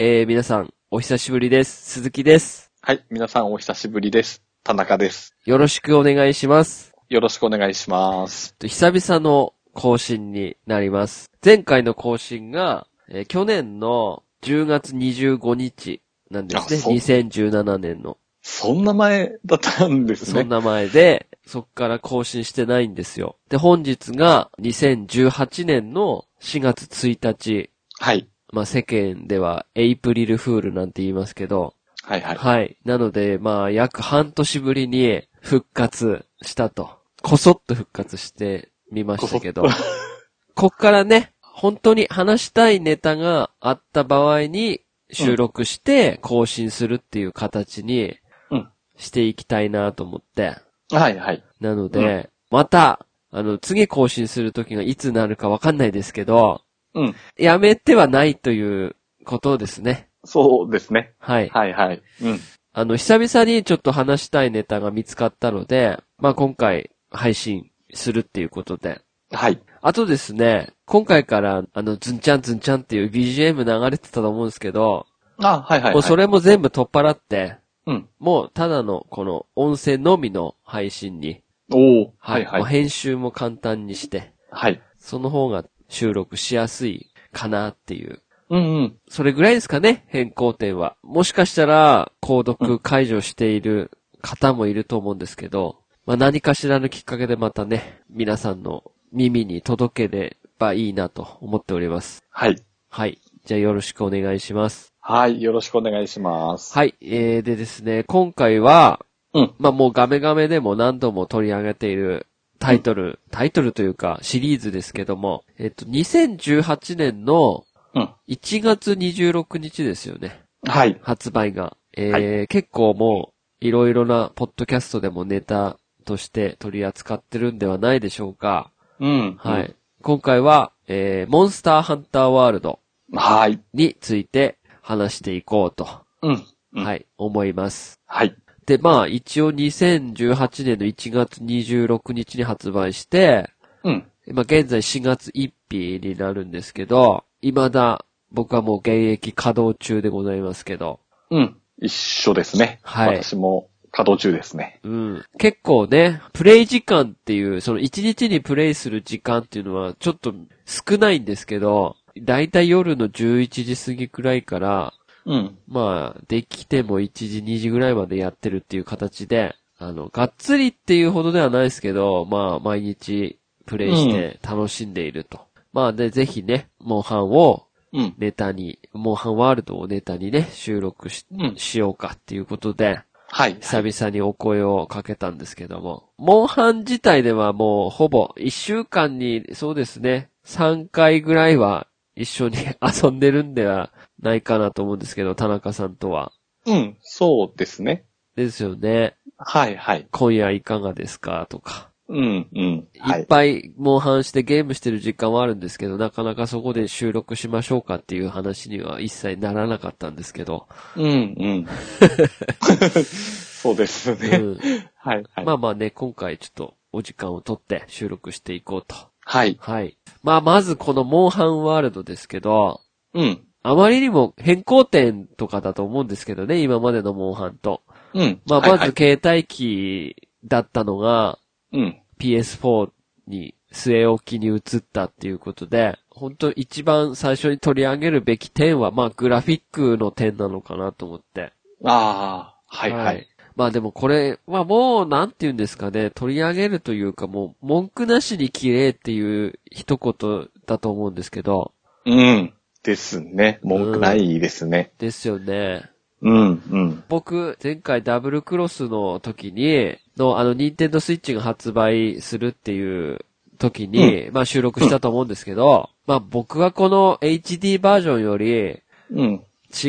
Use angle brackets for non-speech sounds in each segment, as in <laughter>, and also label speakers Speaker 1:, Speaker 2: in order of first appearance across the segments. Speaker 1: えー、皆さん、お久しぶりです。鈴木です。
Speaker 2: はい、皆さんお久しぶりです。田中です。
Speaker 1: よろしくお願いします。
Speaker 2: よろしくお願いします。
Speaker 1: と久々の更新になります。前回の更新が、えー去年の10月25日なんですね。
Speaker 2: あそう
Speaker 1: 2017年の。
Speaker 2: そんな前だったんです
Speaker 1: そん
Speaker 2: ね。
Speaker 1: な前で、そっから更新してないんですよ。で、本日が2018年の4月1日。
Speaker 2: はい。
Speaker 1: まあ、世間ではエイプリルフールなんて言いますけど、
Speaker 2: はいはい。
Speaker 1: はい。なので、まあ、約半年ぶりに復活したと。こそっと復活してみましたけど
Speaker 2: こ。
Speaker 1: こっからね、本当に話したいネタがあった場合に収録して更新するっていう形に
Speaker 2: うん
Speaker 1: していきたいなと思って。
Speaker 2: はいはい。
Speaker 1: なので、また、あの、次更新する時がいつなるかわかんないですけど、
Speaker 2: うん。
Speaker 1: やめてはないということですね。
Speaker 2: そうですね。
Speaker 1: はい。
Speaker 2: はいはい。うん。
Speaker 1: あの、久々にちょっと話したいネタが見つかったので、まあ、今回配信するっていうことで。
Speaker 2: はい。
Speaker 1: あとですね、今回から、あの、ズンチャンズンチャンっていう BGM 流れてたと思うんですけど、
Speaker 2: あ、はいはい、はい。
Speaker 1: もうそ。れも全部取っ払って、
Speaker 2: うん。
Speaker 1: もうただのこの音声のみの配信に、
Speaker 2: おー。はいは
Speaker 1: もう
Speaker 2: い。
Speaker 1: 編集も簡単にして、
Speaker 2: はい。
Speaker 1: その方が収録しやすいかなっていう。
Speaker 2: うんうん。
Speaker 1: それぐらいですかね、変更点は。もしかしたら、購読解除している方もいると思うんですけど、まあ何かしらのきっかけでまたね、皆さんの耳に届ければいいなと思っております。
Speaker 2: はい。
Speaker 1: はい。じゃあよろしくお願いします。
Speaker 2: はい。よろしくお願いします。
Speaker 1: はい。えー、でですね、今回は、
Speaker 2: うん。
Speaker 1: まあもうガメガメでも何度も取り上げているタイトル、タイトルというかシリーズですけども、えっと、2018年の
Speaker 2: うん。
Speaker 1: 1月26日ですよね。
Speaker 2: はい。
Speaker 1: 発売が。えー結構もう、いろいろなポッドキャストでもネタとして取り扱ってるんではないでしょうか。
Speaker 2: うん。
Speaker 1: はい。。今回は、えーモンスターハンターワールド
Speaker 2: はい。
Speaker 1: について話していこうと、
Speaker 2: うん。うん
Speaker 1: はい、思います。
Speaker 2: はい。
Speaker 1: で、まあ、一応2018年の1月26日に発売して、
Speaker 2: うん。
Speaker 1: まあ、現在4月1日になるんですけど、未だ僕はもう現役稼働中でございますけど、
Speaker 2: うん。一緒ですね。
Speaker 1: はい
Speaker 2: 私も稼働中ですね。
Speaker 1: うん。結構ね、プレイ時間っていう、その一日にプレイする時間っていうのはちょっと少ないんですけど、だいたい夜の11時過ぎくらいから、
Speaker 2: うん。
Speaker 1: まあ、できても1時2時ぐらいまでやってるっていう形で、あの、がっつりっていうほどではないですけど、まあ、毎日プレイして楽しんでいると。まあ、で、ぜひね、モンハンを
Speaker 2: うん。
Speaker 1: ネタに、モンハンワールドをネタにね、収録し
Speaker 2: うん
Speaker 1: しようかっていうことで、
Speaker 2: はい。
Speaker 1: 久々にお声をかけたんですけども、モンハン自体ではもうほぼ1週間に、そうですね、3回ぐらいは一緒に遊んでるんではないかなと思うんですけど、田中さんとは。
Speaker 2: うん。そうですね。
Speaker 1: ですよね。
Speaker 2: はいはい。
Speaker 1: 今夜いかがですかとか。
Speaker 2: うん、うん。はい
Speaker 1: っ
Speaker 2: い。
Speaker 1: ぱいモンハンしてゲームしてる時間はあるんですけど、なかなかそこで収録しましょうかっていう話には一切ならなかったんですけど。
Speaker 2: うん、
Speaker 1: <laughs>
Speaker 2: うん。そうです
Speaker 1: う
Speaker 2: ね。
Speaker 1: ん、
Speaker 2: はいはい。
Speaker 1: まあまあね、今回ちょっとお時間を取って収録していこうと
Speaker 2: はい。
Speaker 1: はい。まあ、まずこのモンハンワールドですけど、
Speaker 2: うん。
Speaker 1: あまりにも変更点とかだと思うんですけどね、今までのモンハンと。
Speaker 2: うん。
Speaker 1: まあ、
Speaker 2: はい
Speaker 1: ま
Speaker 2: は
Speaker 1: ず
Speaker 2: い
Speaker 1: 携帯機だったのが
Speaker 2: うん。
Speaker 1: PS4 に据え置きに移ったっていうことで、本当一番最初に取り上げるべき点は、まあ、グラフィックの点なのかなと思って。
Speaker 2: ああ、はいはい。。
Speaker 1: まあでもこれはもう、なんて言うんですかね、取り上げるというかもう、文句なしに綺麗っていう一言だと思うんですけど、
Speaker 2: うん。ですね。文句ないですね。
Speaker 1: ですよね。
Speaker 2: うん、うん。
Speaker 1: 僕、前回ダブルクロスの時に、の、あの、ニンテンドスイッチが発売するっていう時に、まあ収録したと思うんですけど、まあ僕はこの HD バージョンより
Speaker 2: うん。
Speaker 1: 違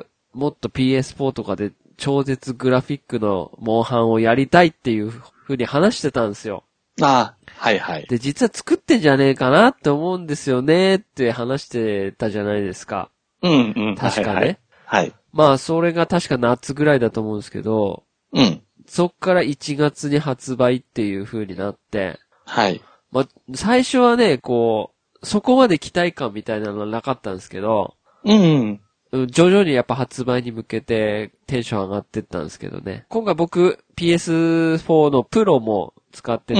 Speaker 1: う、もっと PS4 とかで超絶グラフィックのモンハンをやりたいっていう風に話してたんですよ。
Speaker 2: ああ、はいはい。
Speaker 1: で、実は作ってんじゃねえかなって思うんですよねって話してたじゃないですか。
Speaker 2: うん、うん。
Speaker 1: 確かね。
Speaker 2: はいはい。はい。
Speaker 1: まあそれが確か夏ぐらいだと思うんですけど、
Speaker 2: うん。
Speaker 1: そっから1月に発売っていう風になって、
Speaker 2: はい。
Speaker 1: まあ、最初はね、こう、そこまで期待感みたいなのはなかったんですけど、
Speaker 2: うん。
Speaker 1: うん徐々にやっぱ発売に向けてテンション上がってったんですけどね。今回僕 PS4 のプロも使って
Speaker 2: う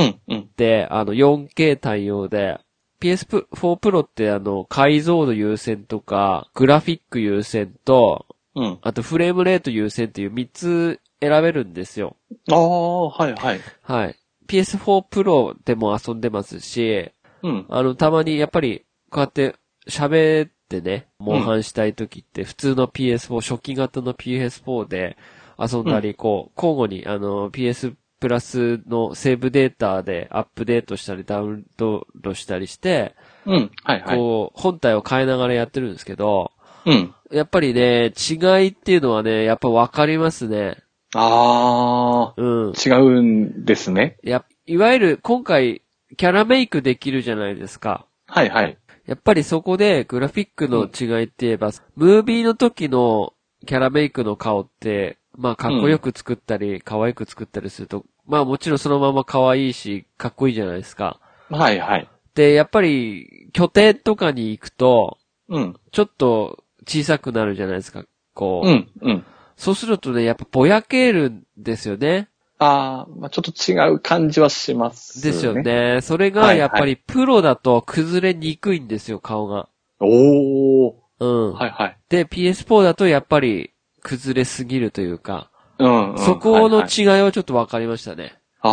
Speaker 1: て、
Speaker 2: ん、うん。
Speaker 1: あの 4K 対応で、PS4 プロってあの解像度優先とか、グラフィック優先と、
Speaker 2: うん。
Speaker 1: あとフレームレート優先っていう3つ選べるんですよ。
Speaker 2: ああ、はい、はい。
Speaker 1: はい。PS4 プロでも遊んでますし、
Speaker 2: うん。
Speaker 1: あの、たまにやっぱり、こうやって喋ってね、モンハンしたい時って、普通の PS4、初期型の PS4 で遊んだり、こう、交互に、あの、PS プラスのセーブデータでアップデートしたり、ダウンロードしたりして、
Speaker 2: うん、はい、はい。
Speaker 1: こう、本体を変えながらやってるんですけど、
Speaker 2: うん。
Speaker 1: やっぱりね、違いっていうのはね、やっぱわかりますね。
Speaker 2: ああ、
Speaker 1: うん。
Speaker 2: 違うんですね。
Speaker 1: や、いわゆる今回、キャラメイクできるじゃないですか。
Speaker 2: はい、はい。
Speaker 1: やっぱりそこでグラフィックの違いって言えば、ムービーの時のキャラメイクの顔って、まあかっこよく作ったり、可愛く作ったりすると、まあもちろんそのまま可愛いし、かっこいいじゃないですか。
Speaker 2: はい、はい。
Speaker 1: で、やっぱり拠点とかに行くと、
Speaker 2: うん。
Speaker 1: ちょっと小さくなるじゃないですか。こう。
Speaker 2: うん、うん。
Speaker 1: そうするとね、やっぱぼやけるんですよね。
Speaker 2: ああ、まあちょっと違う感じはします、ね。
Speaker 1: ですよ。ね。それがやっぱりプロだと崩れにくいんですよ、顔が。
Speaker 2: おー。
Speaker 1: うん。
Speaker 2: はい、はい。
Speaker 1: で、PS4 だとやっぱり崩れすぎるというか、
Speaker 2: うん、うん。
Speaker 1: そこ
Speaker 2: はい
Speaker 1: の
Speaker 2: はい
Speaker 1: 違いはちょっとわかりましたね。
Speaker 2: ああ。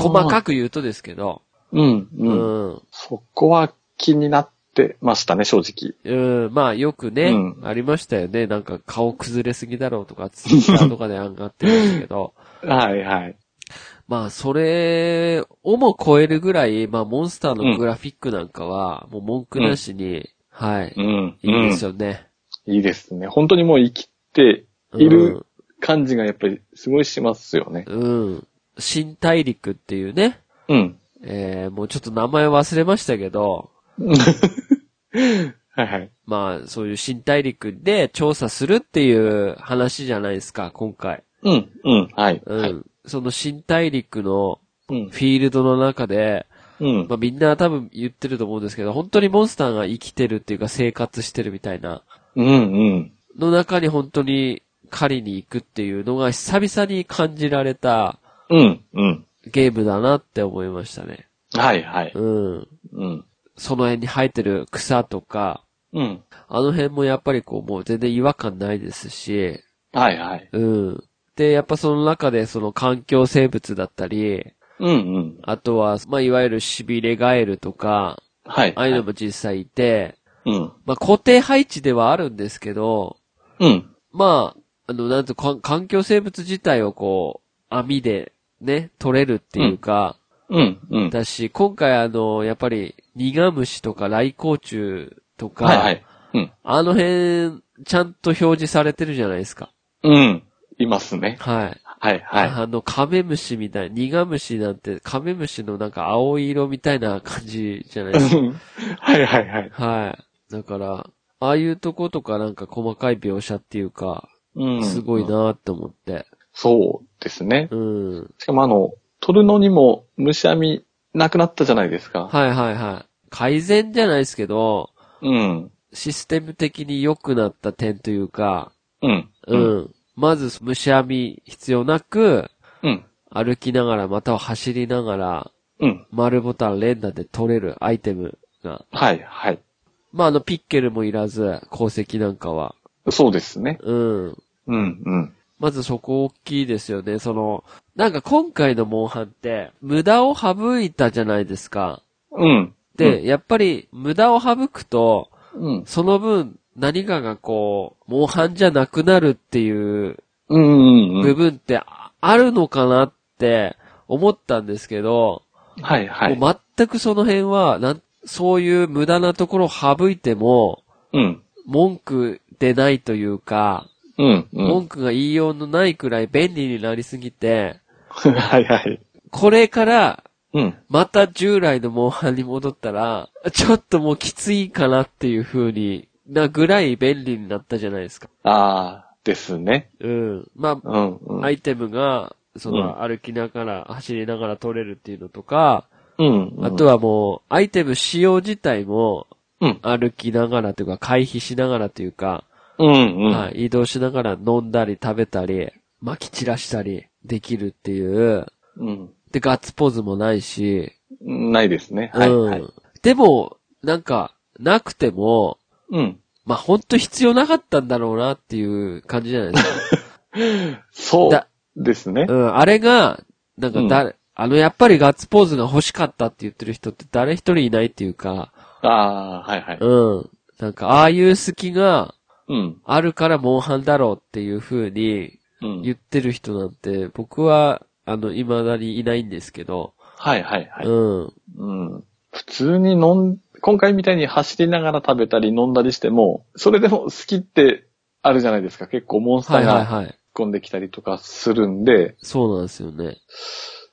Speaker 1: 細か
Speaker 2: く。
Speaker 1: く言うとですけど、
Speaker 2: う
Speaker 1: う
Speaker 2: ん、うん。
Speaker 1: ん。
Speaker 2: そこは気になってましたね、正直。
Speaker 1: うん、まあよくね、
Speaker 2: うん
Speaker 1: ありましたよね。なんか顔崩れすぎだろうとか、ツイッターとかで上がってましたけど、
Speaker 2: はい、はい。
Speaker 1: まあそれをも超えるぐらい、まあモンスターのグラフィックなんかは、もう文句なしに、はい、
Speaker 2: うん。
Speaker 1: いいです
Speaker 2: よ。
Speaker 1: よね。
Speaker 2: いいですね。本当にもう生きて
Speaker 1: う
Speaker 2: い
Speaker 1: ん
Speaker 2: る感じがやっぱりすごいしますよね。
Speaker 1: うん。新大陸っていうね、 <laughs>
Speaker 2: うん。
Speaker 1: えー、もうちょっと名前忘れましたけど、
Speaker 2: はいはい。
Speaker 1: まあ、そういう新大陸で調査するっていう話じゃないですか、今回。
Speaker 2: うん、うん、はい。
Speaker 1: うん。
Speaker 2: はい
Speaker 1: その新大陸の
Speaker 2: うん、
Speaker 1: フィールドの中で、
Speaker 2: うん
Speaker 1: ま。あみんな多分言ってると思うんですけど、本当にモンスターが生きてるっていうか生活してるみたいな、
Speaker 2: うん、うん。
Speaker 1: の中に本当に狩りに行くっていうのが久々に感じられた
Speaker 2: うん、うん。
Speaker 1: ゲームだなって思いましたね。
Speaker 2: はいはい。
Speaker 1: うん。
Speaker 2: うん。
Speaker 1: その辺に生えてる草とか、
Speaker 2: うん。
Speaker 1: あの辺もやっぱりこうもう全然違和感ないですし、
Speaker 2: はいはい。
Speaker 1: うん。で、やっぱその中でその環境生物だったり、
Speaker 2: うん、うん。
Speaker 1: あとは、まあ、いわゆるシビレガエルとか、
Speaker 2: はい。
Speaker 1: ああいうのも実際いて、
Speaker 2: うん。
Speaker 1: まあ、固定配置ではあるんですけど、
Speaker 2: うん。
Speaker 1: まあ、あの、なんと、か環境生物自体をこう、網でね、取れるっていうか、
Speaker 2: うん、うん。
Speaker 1: だし、今回あの、やっぱり、ニガムシとか雷光虫とか、
Speaker 2: はいはい。うん。
Speaker 1: あの辺、ちゃんと表示されてるじゃないですか。
Speaker 2: うん。いますね。
Speaker 1: はい。
Speaker 2: はいはい。
Speaker 1: あの、カメムシみたい、ニガムシなんて、カメムシのなんか青い色みたいな感じじゃないですか。
Speaker 2: うんはいはいはい。 <laughs>
Speaker 1: はい。だから、ああいうとことかなんか細かい描写っていうか、
Speaker 2: うん。
Speaker 1: すごい。なって思って。
Speaker 2: そうですね。
Speaker 1: うん。
Speaker 2: しかもあの、取るのにも虫網なくなったじゃないですか。
Speaker 1: はいはいはい。改善じゃないですけど、
Speaker 2: うん。
Speaker 1: システム的に良くなった点というか、
Speaker 2: うん。
Speaker 1: う。ん。まず、虫網必要なく、
Speaker 2: うん。
Speaker 1: 歩きながら、または走りながら、
Speaker 2: うん。
Speaker 1: 丸ボタン連打で取れるアイテムが
Speaker 2: はいはい。
Speaker 1: まあ、あの、ピッケルもいらず、功績なんかは。
Speaker 2: そうですね。
Speaker 1: うん。
Speaker 2: うんうん。
Speaker 1: まずそこ大きいですよね。その、なんか今回のモンハンって、無駄を省いたじゃないですか。
Speaker 2: うん。
Speaker 1: で、、やっぱり、無駄を省くと、
Speaker 2: うん。
Speaker 1: その分、何かがこう、モンハンじゃなくなるっていう
Speaker 2: うんうんう
Speaker 1: 部
Speaker 2: ん。
Speaker 1: 分ってああるのかなって思ったんですけど、
Speaker 2: はいはい。
Speaker 1: もう全くその辺は、なんそういう無駄なところを省いても、
Speaker 2: うん。
Speaker 1: 文句出ないというか、
Speaker 2: うんうん。
Speaker 1: 文句が言いようのないくらい便利になりすぎて、 <laughs>
Speaker 2: はいはい。
Speaker 1: これから、
Speaker 2: うん。
Speaker 1: また従来のモンハンに戻ったら、ちょっともうきついかなっていう風に、なぐらい便利になったじゃないですか。
Speaker 2: ああ、ですね。
Speaker 1: うん。ま
Speaker 2: うんうん。
Speaker 1: あ、アイテムが、そうの、歩きながら、走りながら取れるっていうのとか、
Speaker 2: うん。
Speaker 1: あと
Speaker 2: は、
Speaker 1: はもう、アイテム使用自体も、
Speaker 2: うん。
Speaker 1: 歩きながらというか、回避しながらというか、
Speaker 2: うんうん。
Speaker 1: はい、移動しながら飲んだり食べたり、撒き散らしたりできるっていう。
Speaker 2: うん。
Speaker 1: で、ガッツポーズもないし。
Speaker 2: ないですね。はい、
Speaker 1: うん
Speaker 2: はい。
Speaker 1: でも、なんか、なくても、
Speaker 2: うん。
Speaker 1: まあ、ほんと必要なかったんだろうなっていう感じじゃないです
Speaker 2: <laughs>
Speaker 1: か。
Speaker 2: そ
Speaker 1: だ
Speaker 2: うですね
Speaker 1: う。ん、あれが、なんか誰、あの、やっぱりガッツポーズが欲しかったって言ってる人って誰一人いないっていうか、
Speaker 2: ああ、はいはい。
Speaker 1: うん。なんか、ああいう隙が
Speaker 2: うん。
Speaker 1: あるからモンハンだろうっていう風に
Speaker 2: うん。
Speaker 1: 言ってる人なんて、僕は、あの、未だにいないんですけど、
Speaker 2: はいはいはい。
Speaker 1: うん。
Speaker 2: うん。普通に飲ん、今回みたいに走りながら食べたり飲んだりしても、それでも好きってあるじゃないですか。結構モンスタ
Speaker 1: は
Speaker 2: ー
Speaker 1: いはい
Speaker 2: が
Speaker 1: はい。
Speaker 2: 突っ込んできたりとかするんで、
Speaker 1: そうなんですよね。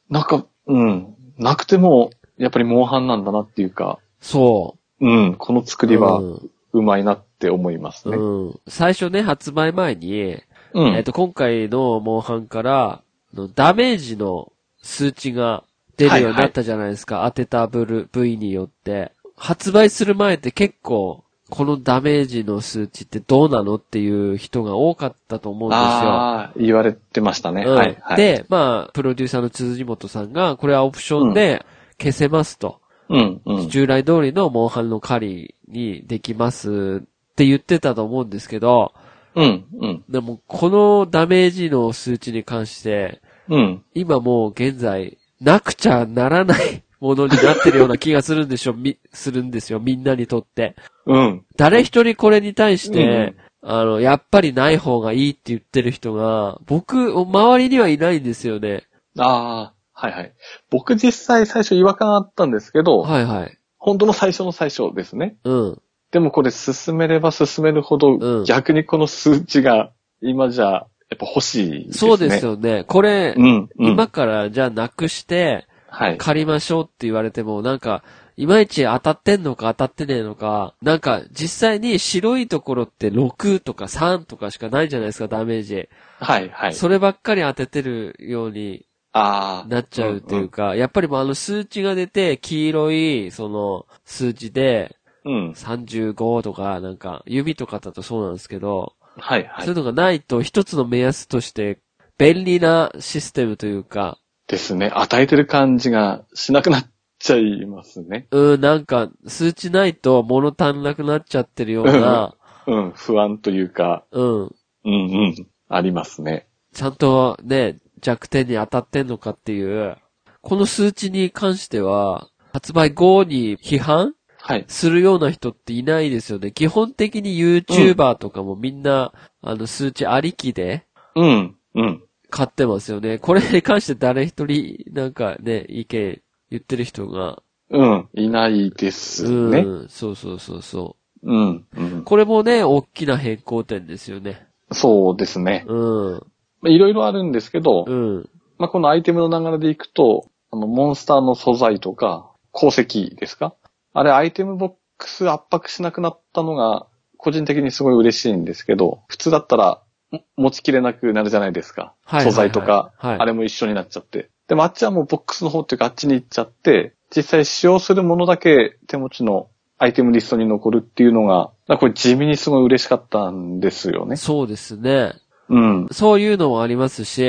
Speaker 2: なんか、うん。なくても、やっぱりモンハンなんだなっていうか、
Speaker 1: そう。
Speaker 2: うん。この作りは
Speaker 1: うん
Speaker 2: うまいなって思いますね。
Speaker 1: うん。最初ね、発売前に、
Speaker 2: うん。
Speaker 1: えっと、今回のモンハンから、あのダメージの数値が出るようになったじゃないですか。当てた部ル部位によって。発売する前って結構、このダメージの数値ってどうなのっていう人が多かったと思うんですよ。
Speaker 2: ああ、言われてましたね。
Speaker 1: うん
Speaker 2: はい、はい。、
Speaker 1: で、まあ、プロデューサーの辻本さんが、これはオプションで消せますと。
Speaker 2: うん、うん。
Speaker 1: 従来通りのモンハンの狩りにできますって言ってたと思うんですけど、
Speaker 2: うん、うん。
Speaker 1: でもこのダメージの数値に関して、
Speaker 2: うん。
Speaker 1: 今もう現在、なくちゃならない <laughs> ものになってるような気がするんでしょ、み、するんですよ、みんなにとって。
Speaker 2: うん。
Speaker 1: 誰一人これに対して、あの、やっぱりない方がいいって言ってる人が、僕、周りにはいないんですよね。
Speaker 2: ああ、はいはい。僕実際最初違和感あったんですけど、
Speaker 1: はいはい。
Speaker 2: 本当の最初の最初ですね。
Speaker 1: うん。
Speaker 2: でもこれ進めれば進めるほど、
Speaker 1: うん
Speaker 2: 逆にこの数値が今じゃやっぱ欲しいですね。
Speaker 1: そうです。よね。これ、
Speaker 2: うん、うん。
Speaker 1: 今からじゃあなくして、
Speaker 2: はい。
Speaker 1: 借りましょうって言われても、なんか、いまいち当たってんのか当たってねえのか、なんか、実際に白いところって6とか3とかしかないじゃないですか、ダメージ。
Speaker 2: はい、はい。
Speaker 1: そればっかり当ててるように
Speaker 2: ああ。
Speaker 1: なっちゃうっていうか、やっぱりもうあの数値が出て、黄色い、その、数値で、
Speaker 2: うん。
Speaker 1: 35とか、なんか、指とかだとそうなんですけど、
Speaker 2: はい、は
Speaker 1: そうい
Speaker 2: い。
Speaker 1: うのがないと、一つの目安として、便利なシステムというか、
Speaker 2: ですね。与えてる感じがしなくなっちゃいますね。
Speaker 1: うん、なんか、数値ないと物足んなくなっちゃってるような、
Speaker 2: うん。不安というか、
Speaker 1: うん、
Speaker 2: うんうん。ありますね。
Speaker 1: ちゃんとね、弱点に当たってんのかっていう、この数値に関しては、発売後に批判
Speaker 2: はい。
Speaker 1: するような人っていないですよね。基本的に YouTuber とかもみんな、あの、数値ありきで
Speaker 2: うん。うん。
Speaker 1: 買ってますよね。これに関して誰一人、なんかね、意見言ってる人が、
Speaker 2: うん。いないです
Speaker 1: うん、
Speaker 2: ね。
Speaker 1: そうそうそうそ
Speaker 2: うん。う
Speaker 1: う。
Speaker 2: ん、
Speaker 1: これもね、大きな変更点ですよね。
Speaker 2: そうですね。
Speaker 1: うん。
Speaker 2: まあいろいろあるんですけど、
Speaker 1: うん。
Speaker 2: まあ、このアイテムの流れでいくと、あの、モンスターの素材とか、鉱石ですかあれ、アイテムボックス圧迫しなくなったのが、個人的にすごい嬉しいんですけど、普通だったら、も持ちきれなくなるじゃないですか。
Speaker 1: はい
Speaker 2: 素材とか、
Speaker 1: はいはいはい
Speaker 2: あれも一緒になっちゃって。でもあっちはもうボックスの方っていうかあっちに行っちゃって、実際使用するものだけ手持ちのアイテムリストに残るっていうのが、だからこれ地味にすごい嬉しかったんですよね。
Speaker 1: そうですね。
Speaker 2: うん。
Speaker 1: そういうのもありますし、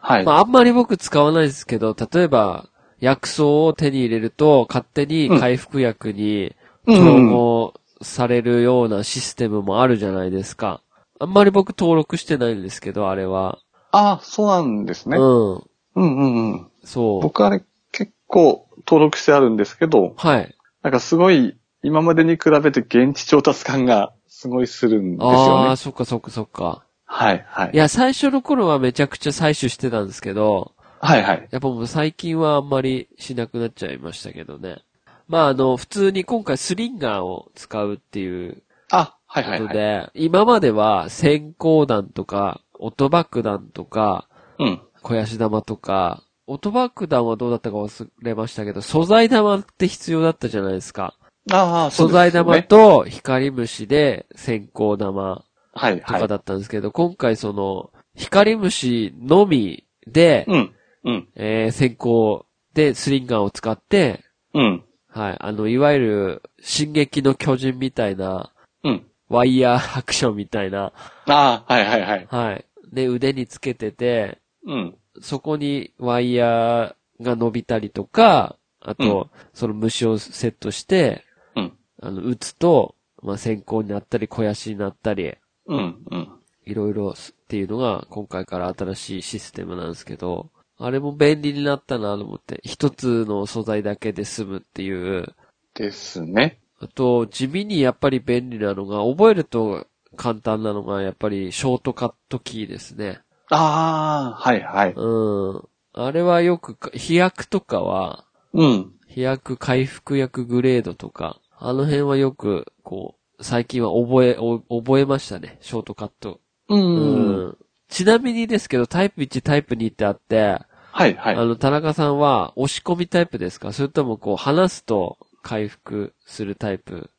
Speaker 2: はい。
Speaker 1: まああんまり僕使わないですけど、例えば、薬草を手に入れると、勝手に回復薬に
Speaker 2: うん
Speaker 1: 統合されるようなシステムもあるじゃないですか。あんまり僕登録してないんですけど、あれは。
Speaker 2: ああ、そうなんですね。
Speaker 1: うん。
Speaker 2: うんうんうん。
Speaker 1: そう。
Speaker 2: 僕あれ結構登録してあるんですけど、
Speaker 1: はい。
Speaker 2: なんかすごい今までに比べて現地調達感がすごいするんです
Speaker 1: あ
Speaker 2: よ
Speaker 1: あ、
Speaker 2: ね。
Speaker 1: そっかそっかそっか。
Speaker 2: はいはいい。
Speaker 1: や、最初の頃はめちゃくちゃ採取してたんですけど、
Speaker 2: はいはい。
Speaker 1: やっぱもう最近はあんまりしなくなっちゃいましたけどね。まああの、普通に今回スリンガーを使うっていう
Speaker 2: あ、はい
Speaker 1: こ
Speaker 2: はい
Speaker 1: と
Speaker 2: は
Speaker 1: で、
Speaker 2: い。
Speaker 1: 今までは閃光弾とか、音爆弾とか、
Speaker 2: うん。
Speaker 1: 小ヤシ玉とか、音爆弾はどうだったか忘れましたけど、素材玉って必要だったじゃないですか。
Speaker 2: ああ、そう
Speaker 1: 素
Speaker 2: ですよね
Speaker 1: 材玉。と光虫で閃光玉
Speaker 2: はい
Speaker 1: と
Speaker 2: は
Speaker 1: か
Speaker 2: い。
Speaker 1: だったんですけど、今回その、光虫のみで、
Speaker 2: うん。うん。
Speaker 1: えー、先行でスリンガーを使って、
Speaker 2: うん。
Speaker 1: はい、あの、いわゆる、進撃の巨人みたいな、
Speaker 2: うん。
Speaker 1: ワイヤーハクションみたいな、
Speaker 2: ああ、はいはいはい。
Speaker 1: はい。で、腕につけてて、
Speaker 2: うん。
Speaker 1: そこにワイヤーが伸びたりとか、あと、その虫をセットして、
Speaker 2: うん。
Speaker 1: あの、打つと、まあ、先行になったり、肥やしになったり、
Speaker 2: うん。うん。
Speaker 1: いろいろっていうのが今回から新しいシステムなんですけど、あれも便利になったなと思って、一つの素材だけで済むっていう、
Speaker 2: ですね。
Speaker 1: あと、地味にやっぱり便利なのが、覚えると簡単なのが、やっぱりショートカットキーですね。
Speaker 2: ああ、はいはい。
Speaker 1: うん。あれはよくか、飛躍とかは、
Speaker 2: うん。
Speaker 1: 飛躍回復薬グレードとか、あの辺はよく、こう、最近は覚え、お覚えましたね、ショートカット
Speaker 2: う。
Speaker 1: うんんちなみにですけど、タイプ1、タイプ2ってあって、
Speaker 2: はいは
Speaker 1: あ
Speaker 2: い。
Speaker 1: の、田中さんは押し込みタイプですかそれともこう、話すと回復するタイプ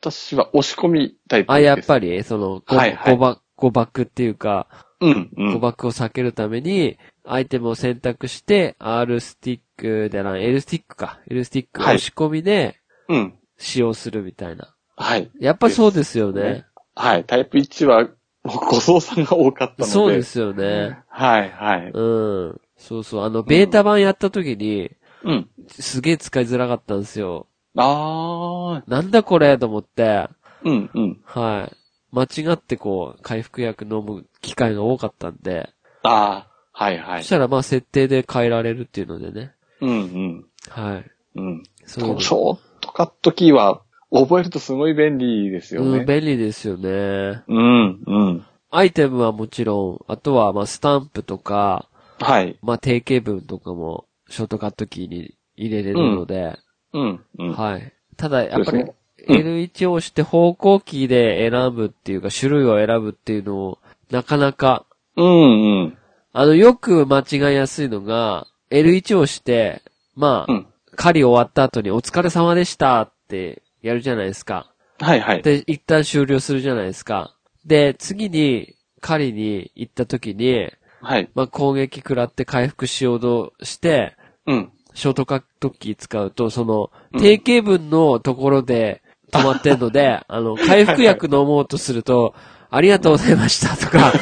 Speaker 2: 私は押し込みタイプです。
Speaker 1: あ、やっぱり、その、ご、
Speaker 2: はいはい
Speaker 1: 誤爆、誤爆っていうか、
Speaker 2: うん。う
Speaker 1: 誤
Speaker 2: ん。
Speaker 1: 爆を避けるために、アイテムを選択して、R スティックでない、L スティックか。L スティックを
Speaker 2: はい
Speaker 1: 押し込みで
Speaker 2: うん。
Speaker 1: 使用するみたいな。
Speaker 2: はい。
Speaker 1: やっぱそうですよね。
Speaker 2: はい。タイプ1は、もうご操作が多かったので。
Speaker 1: そうで。すよね。
Speaker 2: はいはい。
Speaker 1: うん。そうそう。あの、ベータ版やった時に、
Speaker 2: うん。
Speaker 1: すげえ使いづらかったんですよ。
Speaker 2: ああ、
Speaker 1: なんだこれと思って、
Speaker 2: うんうん。
Speaker 1: はい。間違ってこう、回復薬飲む機会が多かったんで、
Speaker 2: ああ、はいは
Speaker 1: そ
Speaker 2: い
Speaker 1: し。たらまあ設定で変えられるっていうのでね。
Speaker 2: うん
Speaker 1: はい。
Speaker 2: うん。うん。
Speaker 1: そういう
Speaker 2: こ
Speaker 1: の
Speaker 2: のショートカットキーは、覚えるとすごい便利ですよ
Speaker 1: うん、
Speaker 2: ね。
Speaker 1: 便利ですよね。
Speaker 2: うん、うん。
Speaker 1: アイテムはもちろん、あとはまあスタンプとか、
Speaker 2: はい。
Speaker 1: まあ定型文とかも、ショートカットキーに入れれるので、
Speaker 2: うん、うん。
Speaker 1: はい。ただ、やっぱ
Speaker 2: そう
Speaker 1: り
Speaker 2: ですね、うん
Speaker 1: L1 を押して方向キーで選ぶっていうか、種類を選ぶっていうのを、なかなか
Speaker 2: うん、うん。
Speaker 1: あの、よく間違いやすいのが、L1 をして、ま
Speaker 2: う
Speaker 1: あ、
Speaker 2: ん。
Speaker 1: 狩り終わった後にお疲れ様でしたってやるじゃないですか。
Speaker 2: はいはい。
Speaker 1: で、一旦終了するじゃないですか。で、次に、狩りに行った時に、
Speaker 2: はい。
Speaker 1: まあ、攻撃食らって回復しようとして、
Speaker 2: うん。
Speaker 1: ショートカットキー使うと、その
Speaker 2: う、ん
Speaker 1: 定型文のところで止まってんの
Speaker 2: <laughs>
Speaker 1: で、あの、回復薬飲もうとすると、ありがとうございましたと
Speaker 2: <laughs>
Speaker 1: か、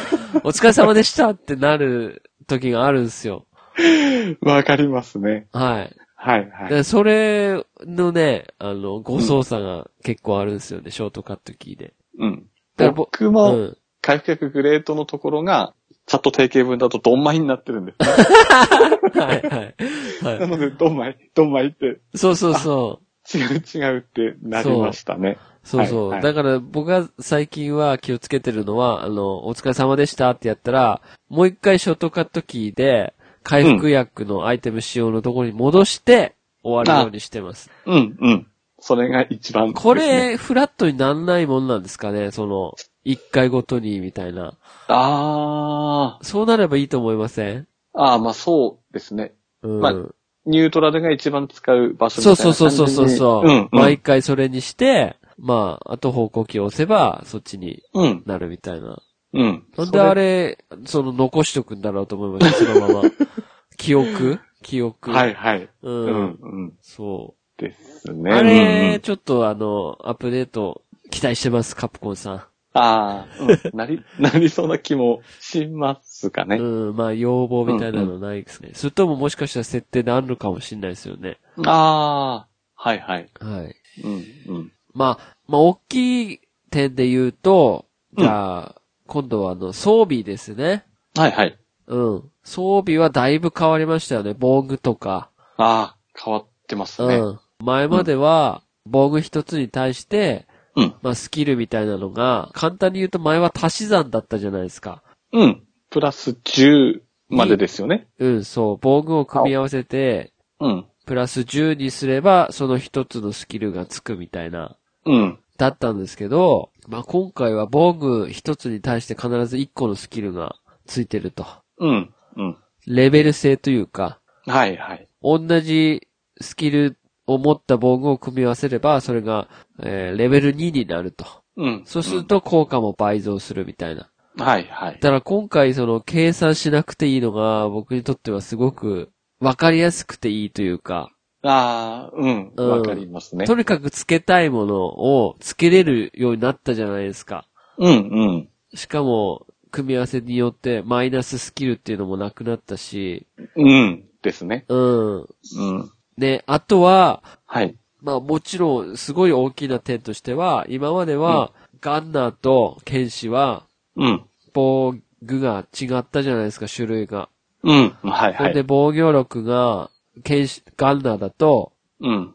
Speaker 1: お疲れ様でしたってなる時があるんですよ。
Speaker 2: わかりますね。
Speaker 1: はい。
Speaker 2: はいはい。
Speaker 1: でそれのね、あの、誤操作が結構あるんですよね、ショートカットキーで。
Speaker 2: うん。
Speaker 1: だからぼ
Speaker 2: 僕
Speaker 1: う
Speaker 2: も、
Speaker 1: ん。
Speaker 2: 回復薬グレートのところが、チャット定型文だとドンマイになってるんですね。
Speaker 1: はいはい。
Speaker 2: な
Speaker 1: は
Speaker 2: ので、ドンマイ、ドンマイって、
Speaker 1: い。そうそうそう。
Speaker 2: 違う違うってなりましたね。
Speaker 1: そうそう。
Speaker 2: はいはい
Speaker 1: だから僕が最近は気をつけてるのは、あの、お疲れ様でしたってやったら、もう一回ショートカットキーで、回復薬のアイテム使用のところに戻して、終わるようにしてます。
Speaker 2: うんうん。それが一番、
Speaker 1: こ、れ、フラットになんないもんなんですかねその、一回ごとに、みたいな。
Speaker 2: あー
Speaker 1: そうなればいいと思いません
Speaker 2: あー、まあそうですね。
Speaker 1: うん。
Speaker 2: まあニュートラルが一番使う場所みた
Speaker 1: そ
Speaker 2: いうな
Speaker 1: そう
Speaker 2: 感じ
Speaker 1: そう
Speaker 2: に
Speaker 1: そうそうそう、
Speaker 2: うん、う
Speaker 1: 毎
Speaker 2: ん。
Speaker 1: 回それにして、まあ、あと方向キーを押せば、そっちに
Speaker 2: うん、
Speaker 1: なるみたいな。
Speaker 2: うん。
Speaker 1: なんであれ、その残しとくんだろうと思いました、その
Speaker 2: <laughs>
Speaker 1: まま。記憶記憶。
Speaker 2: はいはい。
Speaker 1: う。
Speaker 2: うんん、うん。
Speaker 1: そ
Speaker 2: です
Speaker 1: う。
Speaker 2: ね。
Speaker 1: あ
Speaker 2: うんう
Speaker 1: れ、
Speaker 2: ん
Speaker 1: ちょっとあの、アップデート期待してます、カプコンさ
Speaker 2: ああ、うん、なり、 <laughs> なりそうな気もしますか
Speaker 1: ん。
Speaker 2: ね。
Speaker 1: うん、まあ要望みたいなのないですね。それとももしかしたら設定であるのかもしれないですよね。
Speaker 2: ああ、はいはい。
Speaker 1: はい。
Speaker 2: うん、うん。
Speaker 1: まあ、まあ大きい点で言うと、じゃあ、今度はあの、装備ですね。
Speaker 2: はいはい。
Speaker 1: うん。装備はだいぶ変わりましたよね。防具とか。
Speaker 2: ああ、変わってますね。
Speaker 1: うん。前までは、防具一つに対して、
Speaker 2: うん。
Speaker 1: まあ、スキルみたいなのが、簡単に言うと前は足し算だったじゃないですか。
Speaker 2: うん。プラス10までですよね。
Speaker 1: うん、そう。防具を組み合わせて、
Speaker 2: うん。
Speaker 1: プラス10にすれば、その一つのスキルがつくみたいな、
Speaker 2: うん。
Speaker 1: だったんですけど、まあ、今回は防具一つに対して必ず一個のスキルがついてると。
Speaker 2: うん。うん。
Speaker 1: レベル制というか、
Speaker 2: はいはい。
Speaker 1: 同じスキルを持った防具を組み合わせれば、それが、えーレベル2になると。
Speaker 2: うん。
Speaker 1: そうすると効果も倍増するみたいな。
Speaker 2: うん。はいはい。
Speaker 1: だから今回その計算しなくていいのが僕にとってはすごくわかりやすくていいというか、
Speaker 2: ああ、うん。
Speaker 1: うん
Speaker 2: わかりますね
Speaker 1: と。にかくつけたいものをつけれるようになったじゃないですか。
Speaker 2: うん、うん。
Speaker 1: しかも、組み合わせによってマイナススキルっていうのもなくなったし、
Speaker 2: うん。ですね。
Speaker 1: うん。
Speaker 2: うん。
Speaker 1: ね、あとは、
Speaker 2: はい。
Speaker 1: まあもちろんすごい大きな点としては、今まではガンナーと剣士は
Speaker 2: うん。
Speaker 1: 防具が違ったじゃないですか、種類が。
Speaker 2: うん。はい、
Speaker 1: ほ
Speaker 2: は
Speaker 1: んで
Speaker 2: い。
Speaker 1: 防御力が、剣士、ガンナーだと、
Speaker 2: うん。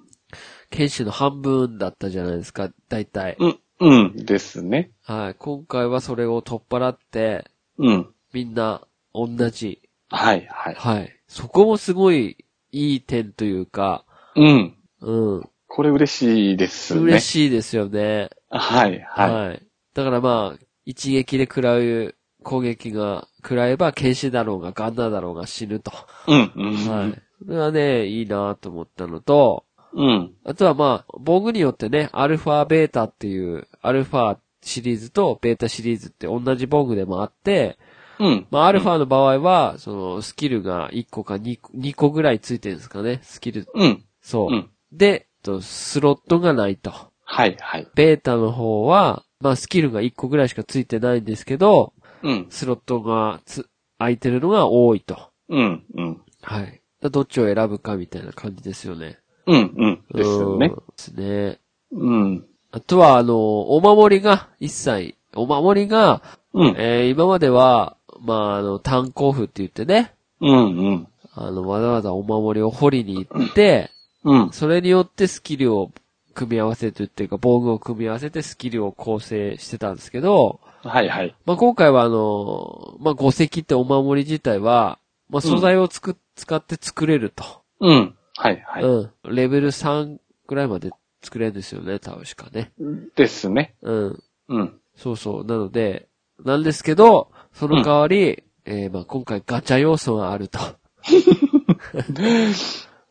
Speaker 1: 剣士の半分だったじゃないですか、大体。
Speaker 2: うん、うん。ですね。
Speaker 1: はい。今回はそれを取っ払って、
Speaker 2: うん。
Speaker 1: みんな同じ。
Speaker 2: はい、はい。
Speaker 1: はい。そこもすごいいい点というか、
Speaker 2: うん。
Speaker 1: うん。
Speaker 2: これ嬉しいですね。
Speaker 1: 嬉しいですよね。
Speaker 2: はい、はい。
Speaker 1: はい。だからまあ、一撃で食らう攻撃が食らえば、剣士だろうが、ガンナーだろうが死ぬと。
Speaker 2: うん、うん。
Speaker 1: はい。それはね、いいなと思ったのと、
Speaker 2: うん。
Speaker 1: あとはまあ、防具によってね、アルファ、ベータっていう、アルファシリーズとベータシリーズって同じ防具でもあって、
Speaker 2: うん。
Speaker 1: まあ、アルファの場合は、その、スキルが1個か 2, 2個ぐらいついてるんですかね、スキル。
Speaker 2: うん。
Speaker 1: そう。
Speaker 2: うん。
Speaker 1: で、とスロットがないと。
Speaker 2: はい、はい。
Speaker 1: ベータの方は、まあ、スキルが1個ぐらいしかついてないんですけど、
Speaker 2: うん。
Speaker 1: スロットがつ、空いてるのが多いと。
Speaker 2: うん、うん。
Speaker 1: はい。だからどっちを選ぶかみたいな感じですよね。
Speaker 2: うん、うん。ですよね
Speaker 1: うん。。ですね。
Speaker 2: うん。
Speaker 1: あとは、あの、お守りが、一切、お守りが、
Speaker 2: うん。
Speaker 1: えー今までは、まあ、あの、炭鉱夫って言ってね、
Speaker 2: うん、うん。
Speaker 1: あの、わざわざお守りを掘りに行って、
Speaker 2: うん。
Speaker 1: それによってスキルを組み合わせてっていうか、防具を組み合わせてスキルを構成してたんですけど、
Speaker 2: はい、はい。
Speaker 1: まあ、今回はあの、まあ、五石ってお守り自体は、まあ、素材をつく、使って作れると。
Speaker 2: うん。はい、は
Speaker 1: うん。レベル3ぐらいまで作れるんですよね、確かね。
Speaker 2: い。ですね。
Speaker 1: うん。
Speaker 2: うん。
Speaker 1: そうそう。なので、なんですけど、その代わり、えーまあ、今回ガチャ要素があると。 <laughs>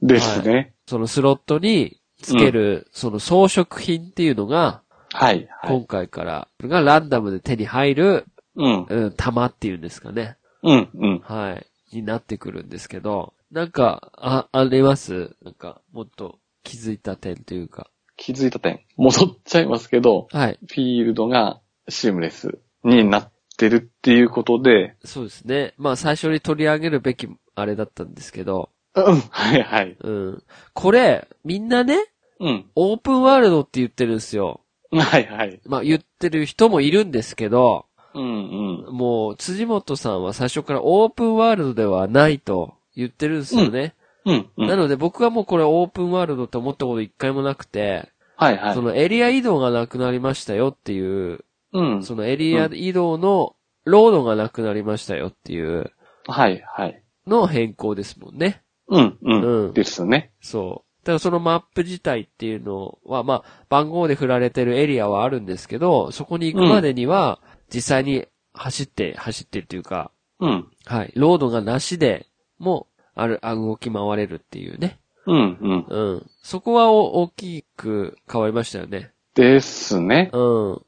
Speaker 2: ですね。
Speaker 1: そのスロットにつける、その装飾品っていうのが、
Speaker 2: はい、はい。
Speaker 1: 今回から、これがランダムで手に入る、
Speaker 2: うん。
Speaker 1: うん、玉っていうんですかね。
Speaker 2: うん、うん。
Speaker 1: はい。になってくるんですけど、なんか、あ、ありますなんか、もっと気づいた点というか。
Speaker 2: 気づいた点。戻っちゃいますけど、
Speaker 1: はい。
Speaker 2: フィールドがシームレスになってるっていうことで、
Speaker 1: そうですね。まあ最初に取り上げるべき、あれだったんですけど、
Speaker 2: うん。はい、はい。
Speaker 1: うん。これ、みんなね、
Speaker 2: うん。
Speaker 1: オープンワールドって言ってるんですよ。
Speaker 2: はい、はい。
Speaker 1: まあ言ってる人もいるんですけど、
Speaker 2: うん、
Speaker 1: もう辻元さんは最初からオープンワールドではないと言ってるんですよね。
Speaker 2: うん。うん、う。
Speaker 1: なんので僕はもうこれオープンワールドって思ったこと一回もなくて、
Speaker 2: はい、はい
Speaker 1: そ。のエリア移動がなくなりましたよっていう、
Speaker 2: うん。
Speaker 1: そのエリア移動のロードがなくなりましたよっていう
Speaker 2: はい、はい。
Speaker 1: の変更ですもんね。
Speaker 2: うん、う
Speaker 1: うん
Speaker 2: ん。ですね。
Speaker 1: そう。だからそのマップ自体っていうのは、まあ、番号で振られてるエリアはあるんですけど、そこに行くまでには、実際に走って、走ってっていうか、
Speaker 2: うん。
Speaker 1: はい、ロードがなしでも、ある、あ動き回れるっていうね。
Speaker 2: うん、うん。
Speaker 1: うん。そこはお大きく変わりましたよね。
Speaker 2: ですね。
Speaker 1: うん。
Speaker 2: うん、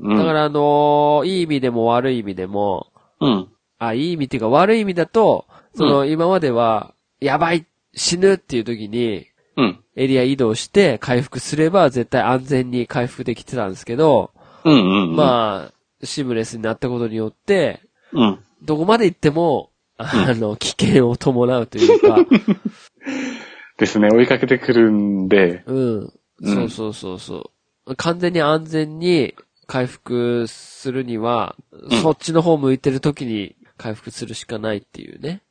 Speaker 2: うん。
Speaker 1: だからあのーいい意味でも悪い意味でも、
Speaker 2: うん。
Speaker 1: あ、いい意味っていうか悪い意味だと、その、今までは、やばい死ぬっていう時に、
Speaker 2: うん。
Speaker 1: エリア移動して回復すれば絶対安全に回復できてたんですけど、
Speaker 2: うん、うんうん。あ。
Speaker 1: まあ、シームレスになったことによって、
Speaker 2: うん。
Speaker 1: どこまで行っても、あの、危険を伴うという
Speaker 2: <laughs>
Speaker 1: か、
Speaker 2: ですね。追いかけてくるんで。
Speaker 1: うん。
Speaker 2: うん
Speaker 1: そうそうそうそう。完全に安全に回復するには、
Speaker 2: ん
Speaker 1: そっちの方向いてる時に回復するしかないっていうね。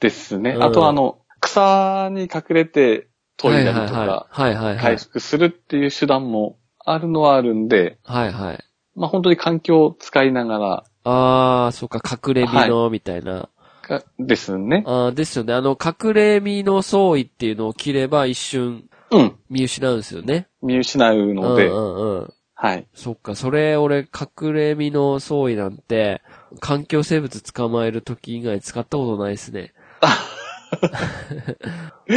Speaker 2: ですね
Speaker 1: う。ん
Speaker 2: あとあの、草に隠れてトイレとか
Speaker 1: はいはいはい。はいはいはい
Speaker 2: 回。復するっていう手段もあるのはあるんで、
Speaker 1: はいはい。
Speaker 2: まあ本当に環境を使いなが
Speaker 1: あー、そうか、隠れ身の、みたいな。
Speaker 2: らかですね。
Speaker 1: あーですよね。あの、隠れ身の相違っていうのを切れば一瞬
Speaker 2: うん。
Speaker 1: 見失うんですよね。
Speaker 2: 見失うの
Speaker 1: う
Speaker 2: で
Speaker 1: ん、うんうん。
Speaker 2: はい。
Speaker 1: そっか、それ俺、隠れ身の相違なんて、環境生物捕まえる時以外使ったことないですね。はい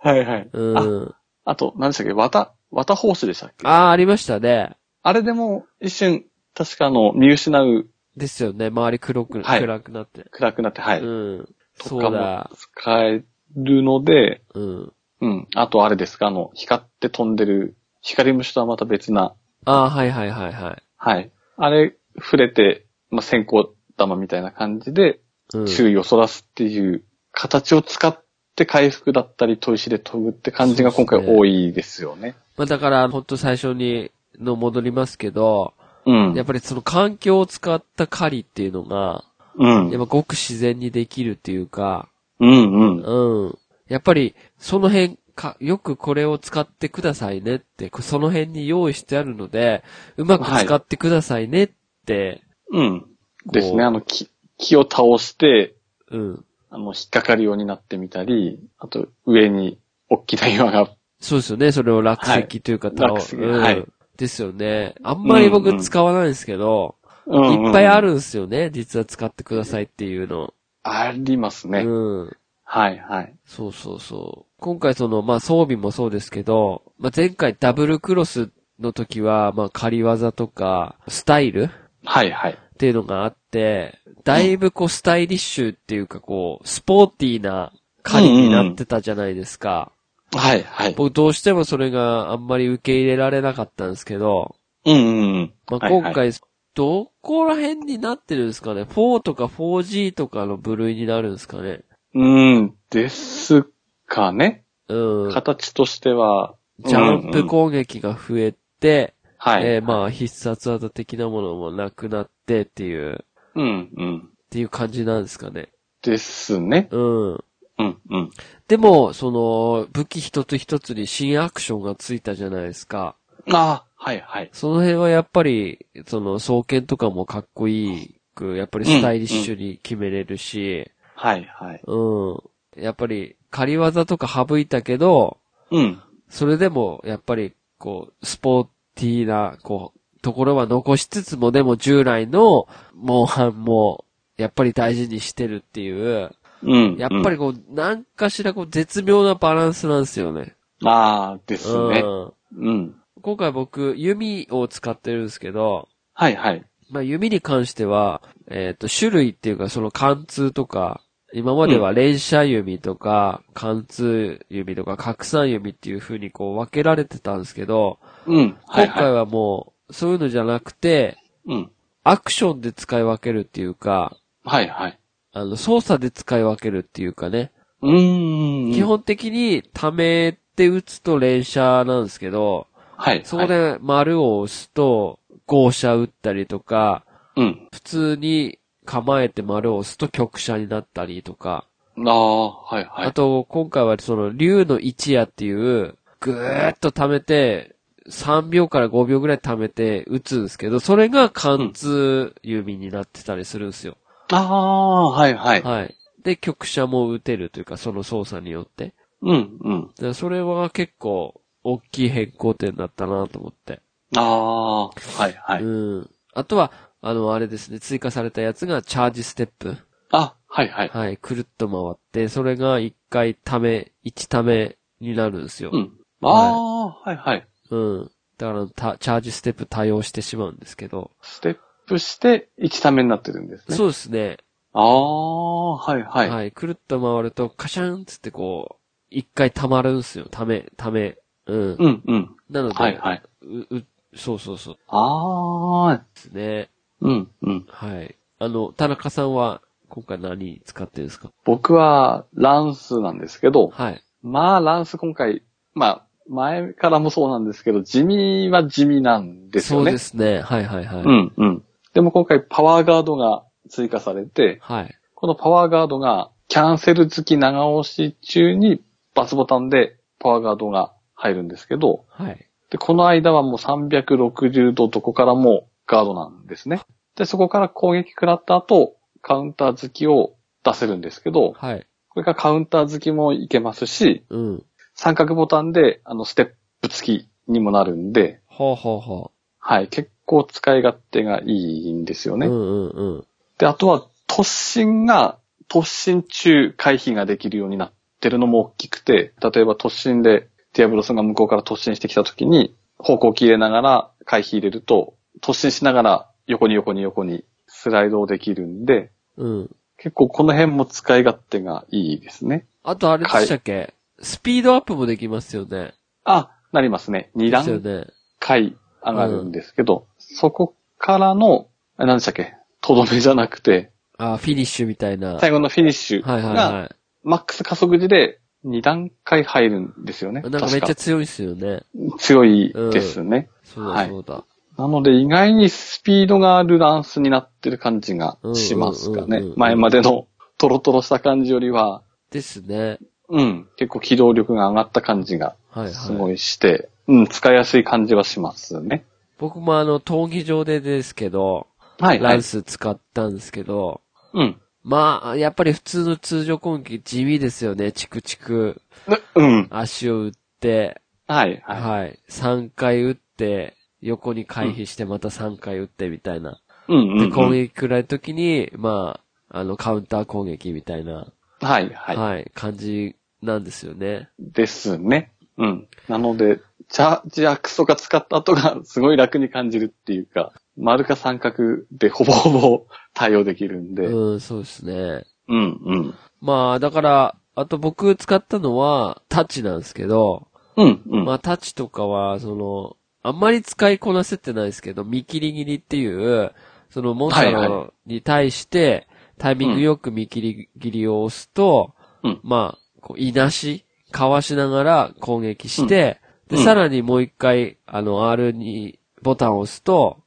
Speaker 2: はいはい。
Speaker 1: うん。
Speaker 2: あと、何でしたっけ綿、綿奉仕でしたっけ
Speaker 1: ああー、ありましたね。
Speaker 2: あれでも一瞬、確かあの、見失う
Speaker 1: ですよね。周り黒く、
Speaker 2: はい
Speaker 1: 暗くなって。
Speaker 2: 暗くなって、はい。
Speaker 1: うん。
Speaker 2: と
Speaker 1: そ
Speaker 2: か
Speaker 1: う
Speaker 2: も
Speaker 1: だ。
Speaker 2: 使えるので、
Speaker 1: うん。
Speaker 2: うん。あとあれですか、あの、光って飛んでる、光虫とはまた別な、
Speaker 1: ああ、はいはいはいはい。
Speaker 2: はい。あれ、触れて、まあ、線香玉みたいな感じで、
Speaker 1: うん。
Speaker 2: 注意をそらすっていう、形を使って回復だったり、砥石で飛ぶって感じが今回
Speaker 1: そうですね
Speaker 2: 多いですよね。
Speaker 1: まあだから、ほんと最初にの戻りますけど、
Speaker 2: うん。
Speaker 1: やっぱりその環境を使った狩りっていうのが、
Speaker 2: うん。
Speaker 1: やっぱごく自然にできるっていうか、
Speaker 2: うんうん。
Speaker 1: うん。やっぱり、その辺か、よくこれを使ってくださいねって、その辺に用意してあるので、うまく使ってくださいねって、
Speaker 2: うん。
Speaker 1: こう
Speaker 2: ですね。あの、木、木を倒して、
Speaker 1: うん。
Speaker 2: あの、引っかかるようになってみたり、あと、上に、大きな岩が、
Speaker 1: そうですよね、それを落石というか、
Speaker 2: はい
Speaker 1: 倒
Speaker 2: 落石
Speaker 1: うん
Speaker 2: はい
Speaker 1: ですよね。あんまり
Speaker 2: うん
Speaker 1: 僕
Speaker 2: うん
Speaker 1: 使わないんですけど、
Speaker 2: うんうん
Speaker 1: いっぱいあ。るんですよね、実は使ってくださいっていうの。
Speaker 2: ありますね。
Speaker 1: うん。
Speaker 2: はいはい。
Speaker 1: そうそうそう。今回その、まあ装備もそうですけど、まあ前回ダブルクロスの時は、まあ仮技とか、スタイルっ
Speaker 2: はいはい。
Speaker 1: ていうのがあって、だいぶこうスタイリッシュっていうかこう、スポーティーな狩りになってたじゃないですか。
Speaker 2: はいはい。
Speaker 1: 僕どうしてもそれがあんまり受け入れられなかったんですけど、
Speaker 2: うんうんうん。
Speaker 1: まあ
Speaker 2: はいはい
Speaker 1: 今回、どこら辺になってるんですかね ?4 とか 4G とかの部類になるんですかね
Speaker 2: うん、ですかね。
Speaker 1: うん。
Speaker 2: 形としては。
Speaker 1: ジャン
Speaker 2: うんう
Speaker 1: プ
Speaker 2: ん
Speaker 1: 攻撃が増えて、
Speaker 2: はい。
Speaker 1: えーまあ必殺技的なものもなくなってっていう、っ
Speaker 2: うんうん。
Speaker 1: ていう感じなんですかね。
Speaker 2: ですね。
Speaker 1: うん。
Speaker 2: うんうん。
Speaker 1: でも、その、武器一つ一つに新アクションがついたじゃないですか。
Speaker 2: ああ、はいはい。
Speaker 1: その辺はやっぱり、その、双剣とかもかっこいいく、やっぱりスタイリッシュに決めれるし、
Speaker 2: はいはい。
Speaker 1: うん。やっぱり、仮技とか省いたけど、
Speaker 2: うん。
Speaker 1: それでも、やっぱり、こう、スポーティーな、こう、ところは残しつつも、でも従来の、モンハンも、やっぱり大事にしてるっていう、
Speaker 2: うん。
Speaker 1: やっぱりこう、なんかしらこう、絶妙なバランスなんですよね。
Speaker 2: うん。ああ、ですね。
Speaker 1: うん。
Speaker 2: うん。
Speaker 1: 今回僕、弓を使ってるんですけど、
Speaker 2: はいはい。
Speaker 1: まあ、弓に関しては、えっ、と、種類っていうか、その貫通とか、今までは連射弓とか、貫通弓とか、拡散弓っていう風にこう分けられてたんですけど、
Speaker 2: うん。は
Speaker 1: 今
Speaker 2: い
Speaker 1: 回
Speaker 2: は
Speaker 1: はもう、そういうのじゃなくて、
Speaker 2: い。うん。
Speaker 1: アクションで使い分けるっていうか、
Speaker 2: はいはい。
Speaker 1: あの、操作で使い分けるっていうかね。
Speaker 2: うーん。
Speaker 1: 基。本的に、溜めて打つと連射なんですけど、
Speaker 2: はい。
Speaker 1: そこ
Speaker 2: はい。
Speaker 1: で丸を押すと、合射打ったりとか、
Speaker 2: うん。
Speaker 1: 普通に構えて丸を押すと曲射になったりとか、
Speaker 2: ああ、はいはい。
Speaker 1: あと、今回はその、竜の一夜っていう、ぐーっと溜めて、3秒から5秒ぐらい溜めて打つんですけど、それが貫通弓になってたりするんですよ。
Speaker 2: ああ、はいはい。
Speaker 1: はい。で、曲射も打てるというか、その操作によって。
Speaker 2: うんうん。
Speaker 1: だからそれは結構、大きい変更点だったなと思って。
Speaker 2: ああ、はいはい。
Speaker 1: うん。あとは、あの、あれですね、追加されたやつが、チャージステップ。
Speaker 2: あ、はいはい。
Speaker 1: はい、くるっと回って、それが1回溜め、1溜めになるんですよ。
Speaker 2: うん。ああー、はいはい。
Speaker 1: うん。だからた、チャージステップ対応してしまうんですけど。
Speaker 2: ステップして、1ためになってるんですね。
Speaker 1: そうですね。
Speaker 2: ああ、はいは
Speaker 1: はい。
Speaker 2: い。
Speaker 1: くるっと回ると、カシャンっつってこう、一回溜まるんすよ。溜め、溜め。うん。
Speaker 2: うんうん。
Speaker 1: なので、
Speaker 2: はいはい。
Speaker 1: う、う、そうそうそう
Speaker 2: ああ、
Speaker 1: ですね。
Speaker 2: うんうん。
Speaker 1: はい。あの、田中さんは、今回何使ってるんですか
Speaker 2: 僕は、ランスなんですけど、
Speaker 1: はい。
Speaker 2: まあ、ランス今回、まあ、前からもそうなんですけど、地味は地味なんですよ
Speaker 1: そう
Speaker 2: ね。
Speaker 1: ですね。はいはいはい。
Speaker 2: うんうん。でも今回パワーガードが追加されて、
Speaker 1: はい。
Speaker 2: このパワーガードがキャンセル付き長押し中にバツボタンでパワーガードが入るんですけど、
Speaker 1: はい。
Speaker 2: で、この間はもう360度どこからもガードなんですね。で、そこから攻撃食らった後、カウンター付きを出せるんですけど、
Speaker 1: はい。
Speaker 2: これがカウンター付きもいけますし、
Speaker 1: うん。
Speaker 2: 三角ボタンで、あの、ステップ付きにもなるんで、
Speaker 1: ほうほうほ
Speaker 2: はい、結構使い勝手がいいんですよ
Speaker 1: う。
Speaker 2: ね。
Speaker 1: うんうんうん。
Speaker 2: で、あとは、突進が、突進中回避ができるようになってるのも大きくて、例えば突進で、ディアブロさんが向こうから突進してきた時に、方向を切れながら回避入れると、突進しながら横に横に横にスライドできるんで、
Speaker 1: うん。
Speaker 2: 結構この辺も使い勝手がいいですね。
Speaker 1: あとあれでしたっけ、スピードアップもできますよね。
Speaker 2: あ、なりますね。2
Speaker 1: ですよ
Speaker 2: 段
Speaker 1: ね。
Speaker 2: 階上がるんですけど、そこからの、あ何でしたっけとどめじゃなくて、
Speaker 1: あ、フィニッシュみたいな。は
Speaker 2: 最
Speaker 1: い
Speaker 2: 後のフィニッシュ
Speaker 1: はい
Speaker 2: が、
Speaker 1: は
Speaker 2: マックス加速時で2段階入るんですよね。
Speaker 1: い。なんかめっちゃ
Speaker 2: 確
Speaker 1: 強いですよね。
Speaker 2: 強いですね。
Speaker 1: そう
Speaker 2: は
Speaker 1: だ
Speaker 2: い
Speaker 1: そうだ。
Speaker 2: なので意外にスピードがあるランスになってる感じがしますか
Speaker 1: うんうんうん
Speaker 2: ね
Speaker 1: うん。
Speaker 2: 前までのトロトロした感じよりは、
Speaker 1: ですね。
Speaker 2: うん、結構機動力が上がった感じが
Speaker 1: はいはい。
Speaker 2: すごいして、うん、使いやすい感じはしますね。
Speaker 1: 僕もあの、闘技場でですけど、
Speaker 2: はい、は
Speaker 1: ラン
Speaker 2: い。
Speaker 1: ス使ったんですけど、
Speaker 2: うん。
Speaker 1: まあ、やっぱり普通の通常攻撃地味ですよね。チクチク、
Speaker 2: ねうん。
Speaker 1: 足を打って、
Speaker 2: はい、はい。
Speaker 1: はい。3回打って、横に回避してまた3回打ってみたいな。
Speaker 2: うん、うんう
Speaker 1: で、攻
Speaker 2: ん。
Speaker 1: 撃くらいの時に、まあ、あの、カウンター攻撃みたいな、
Speaker 2: はい、はい。
Speaker 1: はい、感じなんですよね。
Speaker 2: ですね。うん。なので、チャージアクソが使った後がすごい楽に感じるっていうか、丸か三角でほぼほぼ対応できるんで。うん、
Speaker 1: うん、そうですね。
Speaker 2: うん。
Speaker 1: まあ、だから、あと僕使ったのは、タッチなんですけど、
Speaker 2: うん、うん。
Speaker 1: まあ、タッチとかは、その、あんまり使いこなせてないですけど、見切り切りっていう、そのモンスタ
Speaker 2: はい
Speaker 1: ー
Speaker 2: は
Speaker 1: のに対して、タイミングよく見切り切りを押すと、
Speaker 2: うん
Speaker 1: まあ、こう、いなし、かわしながら攻撃して、
Speaker 2: うん
Speaker 1: で、さらにもう一回、あの、R2 ボタンを押すと、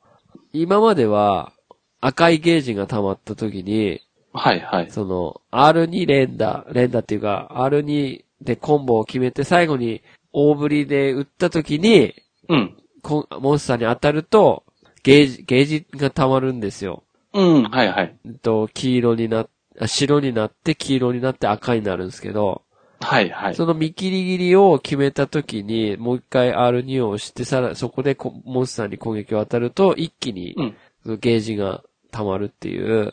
Speaker 1: 今までは、赤いゲージが溜まった時に、
Speaker 2: はい、はい。
Speaker 1: その、R2 連打、連打っていうか、R2 でコンボを決めて、最後に大振りで打った時に、
Speaker 2: うん。
Speaker 1: こモンスターに当たると、ゲージ、ゲージが溜まるんですよ。
Speaker 2: うん、はい、はい。
Speaker 1: うんと、黄色にな、あ白になって、黄色になって赤になるんですけど、
Speaker 2: はい、はい。
Speaker 1: その見切り切りを決めた時に、もう一回 R2 を押して、さら、そこでこモンスターに攻撃を当たると、一気に
Speaker 2: うん、
Speaker 1: そのゲージが溜まるっていう、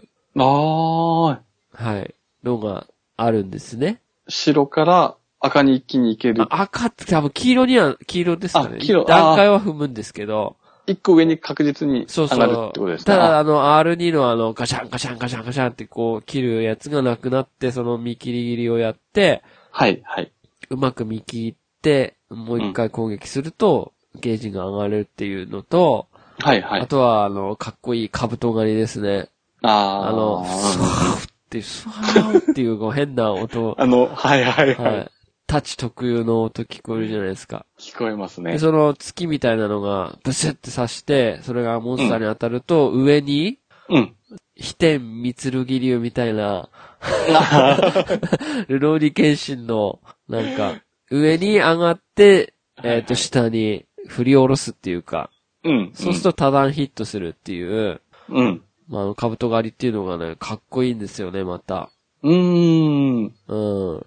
Speaker 2: あ
Speaker 1: はい、のがあるんですね。
Speaker 2: ー、白から赤に一気に行ける。
Speaker 1: あ赤って多分黄色には、黄色ですかね。
Speaker 2: あ黄色あー
Speaker 1: 段階は踏むんですけど、
Speaker 2: 一個上に確実に
Speaker 1: そう
Speaker 2: 上
Speaker 1: そう。
Speaker 2: がるってことですね。
Speaker 1: ただ、
Speaker 2: あ
Speaker 1: あの、R2 のあの、ガシャンガシャンガシャンガシャンってこう、切るやつがなくなって、その見切り切りをやって、
Speaker 2: はい、はい。
Speaker 1: うまく見切って、もう一回攻撃すると、ゲージが上がるっていうのと、
Speaker 2: はい、は
Speaker 1: あ
Speaker 2: い。
Speaker 1: とは、あの、かっこいい兜狩りですね。
Speaker 2: あー、
Speaker 1: あの、スワーフっていう、スワーフっていうこう変な音
Speaker 2: あの、はい、はい、は。
Speaker 1: はいい。タッチ特有の音聞こえるじゃないですか。
Speaker 2: 聞こえますね
Speaker 1: で、。その月みたいなのが、ブスって刺して、それがモンスターに当たると、上に、
Speaker 2: うん。
Speaker 1: 飛天三剣流みたいな、ルローリ剣心の、なんか、上に上がって、えっ、と、下に振り下ろすっていうか、
Speaker 2: うん。
Speaker 1: そうすると多段ヒットするっていう、
Speaker 2: うん。
Speaker 1: まあ、あの、カブト狩りっていうのがね、かっこいいんですよね、また。
Speaker 2: うーん。
Speaker 1: うん。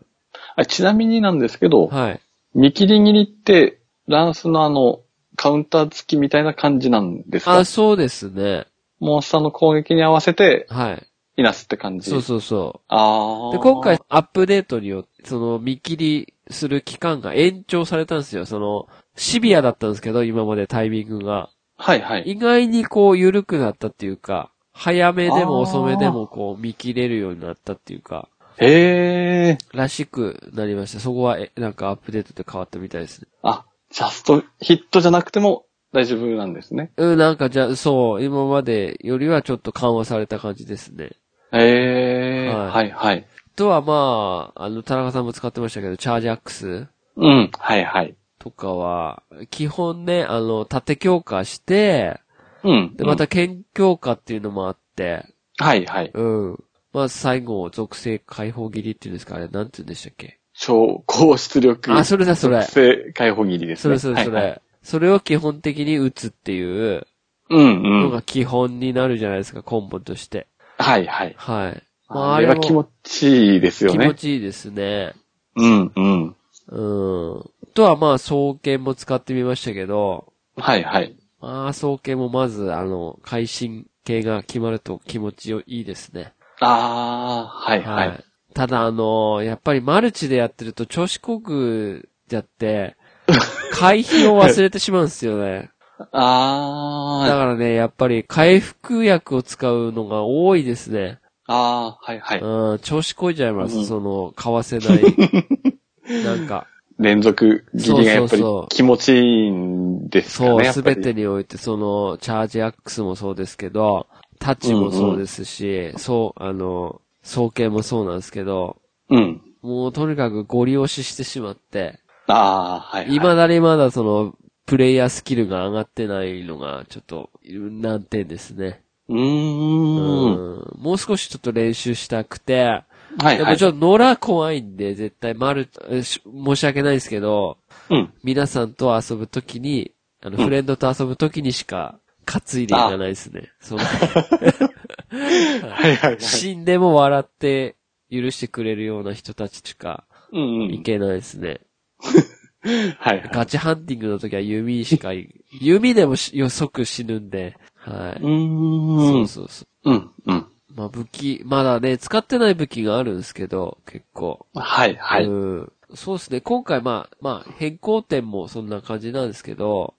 Speaker 2: あちなみになんですけど、
Speaker 1: はい。
Speaker 2: 見切り切りって、ランスのあの、カウンター付きみたいな感じなんですか
Speaker 1: あ、そうですね。
Speaker 2: モンスターの攻撃に合わせて、
Speaker 1: はい。
Speaker 2: いなすって感じ。
Speaker 1: そうそうそう。
Speaker 2: ああ。
Speaker 1: で、今回、アップデートによって、その見切りする期間が延長されたんですよ。その、シビアだったんですけど、今までタイミングが。
Speaker 2: はいはい。
Speaker 1: 意外にこう、緩くなったっていうか、早めで
Speaker 2: あー
Speaker 1: も遅めでもこう、見切れるようになったっていうか、
Speaker 2: ええー。
Speaker 1: らしくなりました。そこは、え、なんかアップデートで変わったみたいですね。
Speaker 2: あ、ジャストヒットじゃなくても大丈夫なんですね。
Speaker 1: うん、なんかじゃあ、そう、今までよりはちょっと緩和された感じですね。
Speaker 2: ええー。
Speaker 1: は
Speaker 2: はいはい。
Speaker 1: あとはまあ、あの、田中さんも使ってましたけど、チャージアックス
Speaker 2: うん。はいはい。
Speaker 1: とかは、基本ね、あの、縦強化して、
Speaker 2: うん。
Speaker 1: で、ま
Speaker 2: う
Speaker 1: た県強化っていうのもあって、
Speaker 2: ん。はいはい。
Speaker 1: うん。まあ、最後、属性解放切りっていうんですかあれ、なんて言うんでしたっけ
Speaker 2: 超高出力。
Speaker 1: あ、それだ、それ。
Speaker 2: 性解放切りです
Speaker 1: そ
Speaker 2: ね。
Speaker 1: れ、それ、そ
Speaker 2: はいはい。
Speaker 1: れ。それを基本的に打つっていう
Speaker 2: うんう
Speaker 1: の
Speaker 2: ん。
Speaker 1: が基本になるじゃないですか、コンボとして。
Speaker 2: はいはい。
Speaker 1: はい。ま
Speaker 2: あれは
Speaker 1: も
Speaker 2: 気持ちいいですよ
Speaker 1: 気持
Speaker 2: ね。
Speaker 1: ちいいですね。
Speaker 2: うんうん。
Speaker 1: うん。あとは、まあ、双剣も使ってみましたけど、
Speaker 2: はいはい。
Speaker 1: まあ、双剣もまず、あの、会心系が決まると気持ちいいですね。
Speaker 2: ああ、はいは。
Speaker 1: はいい。ただ、あのーやっぱりマルチでやってると調子こくじゃ
Speaker 2: <laughs>
Speaker 1: って、回避を忘れてしまうんですよね。だ
Speaker 2: ああ、
Speaker 1: からね、やっぱり回復薬を使うのが多いですね。
Speaker 2: ああ、はいはい。
Speaker 1: うん、調子こいちゃいます、
Speaker 2: うん <laughs>
Speaker 1: その、買わせない。なんか、
Speaker 2: 連続切りがやっぱり
Speaker 1: そうそうそう
Speaker 2: 気持ちいいんですか
Speaker 1: そう、
Speaker 2: ね、や
Speaker 1: す
Speaker 2: っぱ
Speaker 1: べ
Speaker 2: り。
Speaker 1: てにおいて、その、チャージアックスもそうですけど、タッチもそうですし、そう、あの、総計もそうなんですけど、
Speaker 2: うん。
Speaker 1: もうとにかくご利用ししてしまって、
Speaker 2: ああ、はい、はい。
Speaker 1: 未だにまだその、プレイヤースキルが上がってないのが、ちょっと、難点ですね。
Speaker 2: うーん。
Speaker 1: うんもう少しちょっと練習したくて、
Speaker 2: はい、
Speaker 1: で
Speaker 2: は
Speaker 1: も
Speaker 2: い
Speaker 1: ち。ょっと野良怖いんで、絶対丸、えし申し訳ないですけど、
Speaker 2: うん。
Speaker 1: 皆さんと遊ぶときに、あの、
Speaker 2: うん
Speaker 1: フレンドと遊ぶときにしか、担いでいかないですね。その、
Speaker 2: はい、はい、はい。
Speaker 1: 死んでも笑って許してくれるような人たちしか
Speaker 2: うん、う
Speaker 1: い
Speaker 2: ん。
Speaker 1: けないですね。
Speaker 2: はい、はい。
Speaker 1: ガチハンティングの時は弓しかい、弓でもし予測死ぬんで、は
Speaker 2: う
Speaker 1: い。
Speaker 2: ー。
Speaker 1: そうんそうそう。
Speaker 2: うん、うん。
Speaker 1: まあ武器、まだね、使ってない武器があるんですけど、結構。
Speaker 2: はい、はい。うん。
Speaker 1: うん。そうですね。今回まあ、まあ、変更点もそんな感じなんですけど、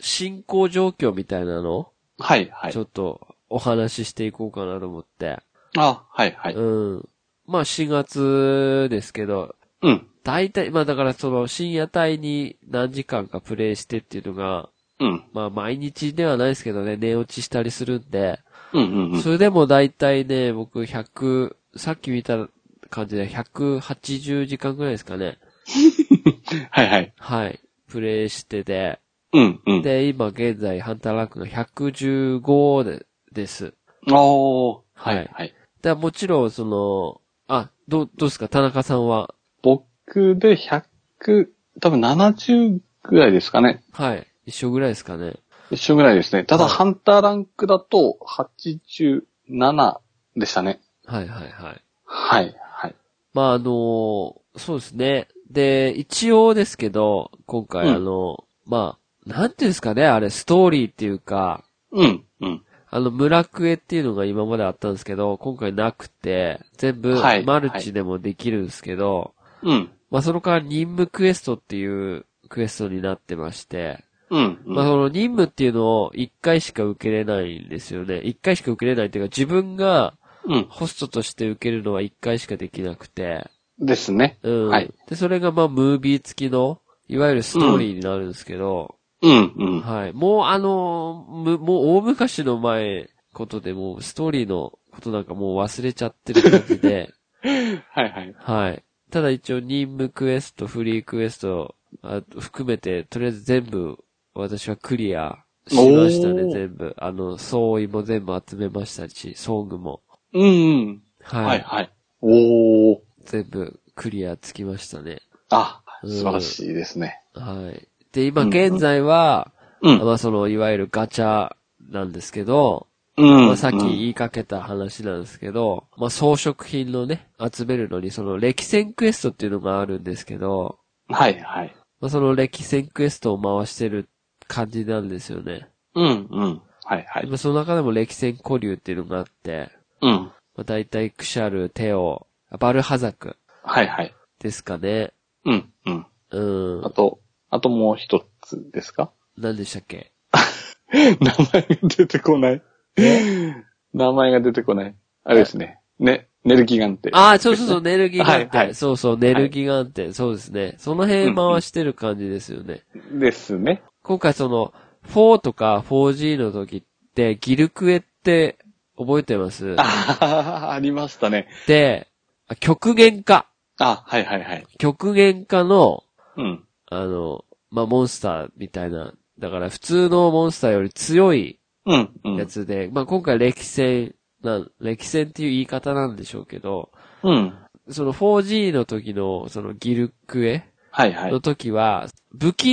Speaker 1: 進行状況みたいなの、
Speaker 2: はい、はい
Speaker 1: ち。ょっとお話ししていこうかなと思って。
Speaker 2: あ、はい、はい。
Speaker 1: うん。まあ4月ですけど、
Speaker 2: うん。
Speaker 1: 大体、まあだからその深夜帯に何時間かプレイしてっていうのが、
Speaker 2: うん。
Speaker 1: まあ毎日ではないですけどね、寝落ちしたりするんで、
Speaker 2: うん、うん、うん。
Speaker 1: それでも大体ね、僕100、さっき見た感じで180時間ぐらいですかね。
Speaker 2: はい、はい。
Speaker 1: はい。プレイしてて、
Speaker 2: うん、うん。
Speaker 1: で、今現在ハンターランクが115でです。
Speaker 2: おー。は
Speaker 1: はい
Speaker 2: い、はい。
Speaker 1: で、もちろん、その、あ、どう、どうですか田中さんは。
Speaker 2: 僕で100、多分70ぐらいですかね。
Speaker 1: はい。一緒ぐらいですかね。
Speaker 2: 一緒ぐらいですね。ただ、
Speaker 1: はい
Speaker 2: ハンターランクだと87でしたね。
Speaker 1: はいはいはい。
Speaker 2: はい、はい。
Speaker 1: まあ、あのそうですね。で、一応ですけど、今回
Speaker 2: うん
Speaker 1: あの、まあ、なんていうんですかね、あれ、ストーリーっていうか、
Speaker 2: うん、うん。
Speaker 1: あの、村クエっていうのが今まであったんですけど、今回なくて、全部
Speaker 2: はい、
Speaker 1: マルチでもできるんですけど、
Speaker 2: うん、
Speaker 1: まあ、その代わり任務クエストっていうクエストになってまして、
Speaker 2: うん、う
Speaker 1: まあ
Speaker 2: ん。
Speaker 1: その任務っていうのを一回しか受けれないんですよね。一回しか受けれないっていうか自分が
Speaker 2: うん。
Speaker 1: ホストとして受けるのは一回しかできなくて。
Speaker 2: ですね。
Speaker 1: うん。
Speaker 2: はい
Speaker 1: で、それがまあムービー付きの、いわゆるストーリーになるんですけど、
Speaker 2: うん、うん。
Speaker 1: はい。もうあのーむ、もう大昔の前ことでもうストーリーのことなんかもう忘れちゃってる感じで、
Speaker 2: はい、はい。
Speaker 1: はい。ただ一応任務クエスト、フリークエスト、あ含めて、とりあえず全部、私はクリアしました
Speaker 2: お
Speaker 1: ね、
Speaker 2: ー
Speaker 1: 全部。あの、総意も全部集めましたし、ソングも。
Speaker 2: うん、う
Speaker 1: は
Speaker 2: ん。
Speaker 1: い。
Speaker 2: はい、はい。おー。
Speaker 1: 全部クリアつきましたね。
Speaker 2: あ、
Speaker 1: うん
Speaker 2: 素晴らしいですね。
Speaker 1: はい。で、今現在は、
Speaker 2: うん。
Speaker 1: まあその、いわゆるガチャなんですけど、
Speaker 2: うん。
Speaker 1: まあさっき
Speaker 2: うん
Speaker 1: 言いかけた話なんですけど、まあ装飾品のね、集めるのに、その歴戦クエストっていうのがあるんですけど、
Speaker 2: はい、はい。
Speaker 1: まあ、その歴戦クエストを回してる感じなんですよね。
Speaker 2: うん、うん。はい、は
Speaker 1: で
Speaker 2: い。
Speaker 1: まあその中でも歴戦古流っていうのがあって、
Speaker 2: うん。
Speaker 1: まあ、大体クシャル、テオ、あバルハザク
Speaker 2: はい、はい。
Speaker 1: ですかね。
Speaker 2: うん、うん。
Speaker 1: う
Speaker 2: あ
Speaker 1: ん。
Speaker 2: と、あともう一つですか <laughs>
Speaker 1: 何でしたっけ
Speaker 2: 名前が出てこない。名前が出てこない。あれですね。ね、ネルギガンテ。
Speaker 1: ああ、そう
Speaker 2: <laughs>
Speaker 1: そうそう、ネルギガンテ。
Speaker 2: はいはい
Speaker 1: そうそう、ネルギガンテ、そうですね。その辺回してる感じですよね。
Speaker 2: ですね。
Speaker 1: 今回その、4とか 4G の時って、ギルクエって覚えてます
Speaker 2: ああ、ありましたね。
Speaker 1: で、あ極限化。
Speaker 2: あ、はいはいはい。
Speaker 1: 極限化の、
Speaker 2: うん。
Speaker 1: あの、まあ、モンスターみたいな、だから普通のモンスターより強い
Speaker 2: うん、うん。
Speaker 1: やつで、まあ、今回歴戦なん、歴戦っていう言い方なんでしょうけど、
Speaker 2: うん。
Speaker 1: その 4G の時の、そのギルクエ
Speaker 2: はいはい
Speaker 1: の。時は、武器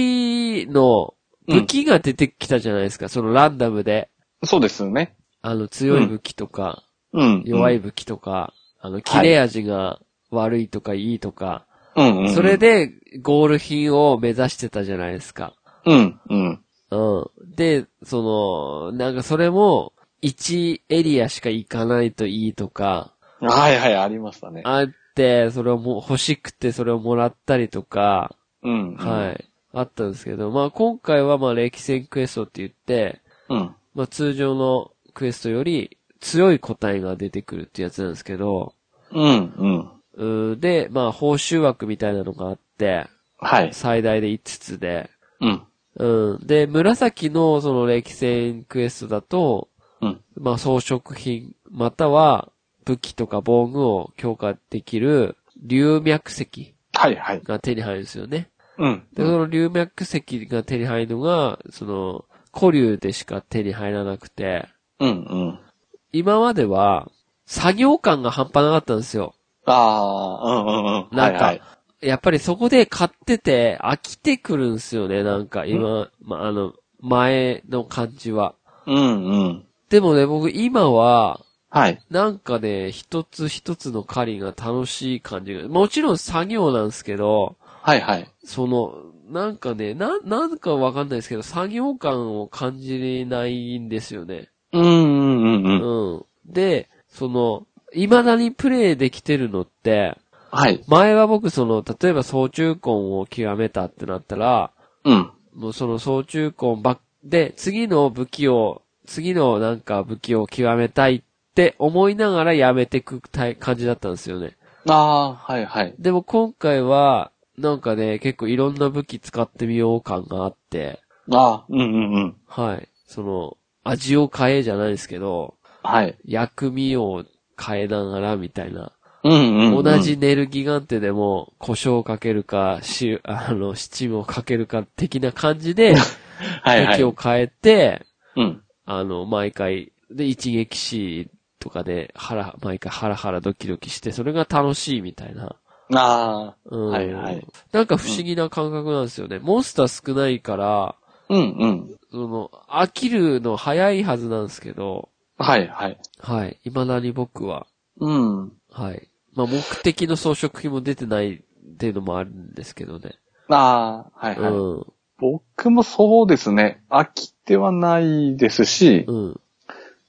Speaker 1: の、武器が出てきたじゃないですか、そのランダムで。
Speaker 2: そうですね。
Speaker 1: あの、強い武器とか、
Speaker 2: うん。
Speaker 1: 弱い
Speaker 2: うん。
Speaker 1: 武器とか、あの、切れ味が悪いとかいいとか、
Speaker 2: うん、うん。
Speaker 1: それ、でゴール品を目指してたじゃないですか。
Speaker 2: うん、うん。
Speaker 1: うん。で、その、なんかそれも、1エリアしか行かないといいとか、
Speaker 2: はいはい、ありましたね。
Speaker 1: あって、それをも欲しくてそれをもらったりとか、
Speaker 2: うん。
Speaker 1: はい、あったんですけど、まあ今回はまあ歴戦クエストって言って、
Speaker 2: い。うん。
Speaker 1: まあ通常のクエストより強い個体が出てくるってやつなんですけど、
Speaker 2: うん、うん。
Speaker 1: うーで、まあ、報酬枠みたいなのがあって、
Speaker 2: はい。
Speaker 1: 最大で5つで、
Speaker 2: うん。
Speaker 1: うん。で、紫のその歴戦クエストだと、
Speaker 2: うん。
Speaker 1: まあ装飾品、または武器とか防具を強化できる流脈石
Speaker 2: はいはい。
Speaker 1: が手に入るんですよね。
Speaker 2: うん。
Speaker 1: で、その流脈石が手に入るのが、その、古流でしか手に入らなくて、
Speaker 2: うんうん。
Speaker 1: 今までは作業感が半端なかったんですよ。
Speaker 2: ああ、うんうんうん。
Speaker 1: なんか
Speaker 2: はいはい、
Speaker 1: やっぱりそこで買ってて飽きてくるんですよね、なんか今、まあ、あの、前の感じは。
Speaker 2: うんうん。
Speaker 1: でもね、僕今は、
Speaker 2: はい。
Speaker 1: なんかね、一つ一つの狩りが楽しい感じが、もちろん作業なんですけど、
Speaker 2: はいはい。
Speaker 1: その、なんかね、な、なんかわかんないですけど、作業感を感じれないんですよね。
Speaker 2: うんうんうんうん。
Speaker 1: うん。で、その、未だにプレイできてるのって、
Speaker 2: はい。
Speaker 1: 前は僕その、例えば総中根を極めたってなったら、
Speaker 2: うん。
Speaker 1: もうその総中根ばっ、で、次の武器を、次のなんか武器を極めたいって思いながらやめてくタイ感じだったんですよね。
Speaker 2: ああー、はいはい。
Speaker 1: でも今回は、なんかね、結構いろんな武器使ってみよう感があって、
Speaker 2: ああ、うんうんうん。
Speaker 1: はい。その、味を変えじゃないですけど、
Speaker 2: はい。
Speaker 1: 薬味を変えながらみたいな。
Speaker 2: うんうん、うん。
Speaker 1: 同じ。ネルギガンテでも、胡椒をかけるか、し、あの、七味をかけるか的な感じで、
Speaker 2: <laughs> はいは
Speaker 1: 武
Speaker 2: い
Speaker 1: 器。を変えて、
Speaker 2: うん。
Speaker 1: あの、毎回、で、一撃死とかで、ハラ、毎回ハラハラドキドキして、それが楽しいみたいな。
Speaker 2: あ
Speaker 1: うん。
Speaker 2: はいはい
Speaker 1: なんか不思議な感覚なんですよね。モンスター少ないから、
Speaker 2: あ、うんうん。
Speaker 1: その、飽きるの早いはずなんですけど、
Speaker 2: はいはい。
Speaker 1: はい。未だに僕は、
Speaker 2: うん。
Speaker 1: はい。まあ、目的の装飾品も出てないっていうのもあるんですけどね。
Speaker 2: ああ、はいはい、
Speaker 1: うん。
Speaker 2: 僕もそうですね。飽きてはないですし、
Speaker 1: うん。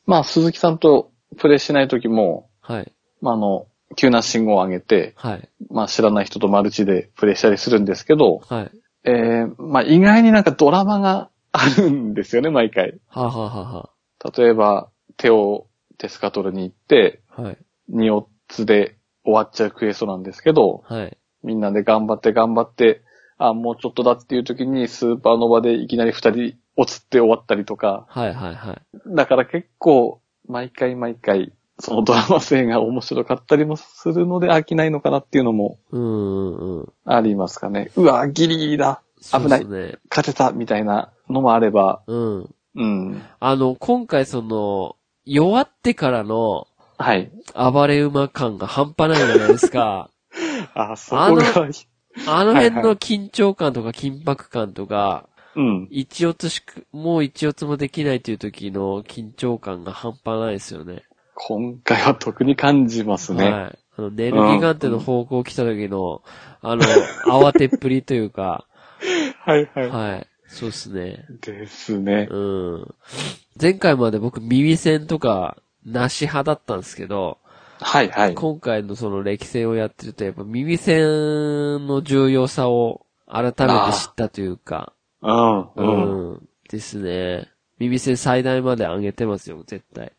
Speaker 2: まあ鈴木さんとプレイしない時も、
Speaker 1: はい。
Speaker 2: まああの、急な信号を上げて、
Speaker 1: はい。
Speaker 2: まあ知らない人とマルチでプレイしたりするんですけど、
Speaker 1: はい。
Speaker 2: えー、まあ意外になんかドラマがあるんですよね、毎回。
Speaker 1: はあ、はあはあは
Speaker 2: 例えば、手をテスカトルに行って、
Speaker 1: あ、はい。
Speaker 2: 2つで終わっちゃうクエストなんですけど、
Speaker 1: はい。
Speaker 2: みんなで頑張って頑張って、あ、もうちょっとだっていう時にスーパーノバでいきなり二人を釣って終わったりとか、
Speaker 1: はい。はい。はい。
Speaker 2: だから結構毎回毎回そのドラマ性が面白かったりもするので飽きないのかなっていうのも
Speaker 1: うんうんうん。
Speaker 2: ありますかね。うわ、ギリギリだ、
Speaker 1: そう
Speaker 2: 危
Speaker 1: で
Speaker 2: な
Speaker 1: す
Speaker 2: い
Speaker 1: ね。
Speaker 2: 勝てたみたいなのもあれば、
Speaker 1: うん。
Speaker 2: うん。
Speaker 1: あの、今回その、弱ってからの
Speaker 2: はい。
Speaker 1: 暴れ馬感が半端ないじゃないですか。
Speaker 2: あ、そこが、
Speaker 1: あの辺の緊張感とか緊迫感とか、
Speaker 2: うん。
Speaker 1: 一四つしく、もう一四つもできないという時の緊張感が半端ないですよね。
Speaker 2: 今回は特に感じますね。
Speaker 1: はい。あの、ネルギガンテの方向来た時の、あの、慌てっぷりというか、
Speaker 2: はい、はい、
Speaker 1: はい。そうですね。
Speaker 2: ですね。
Speaker 1: うん。前回まで僕耳栓とか、なし派だったんですけど、
Speaker 2: はい、はい。
Speaker 1: 今回のその歴戦をやってると、やっぱ耳栓の重要さを改めて知ったというか、
Speaker 2: うん、
Speaker 1: う
Speaker 2: うん。
Speaker 1: ん、ですね。耳栓最大まで上げてますよ、絶対。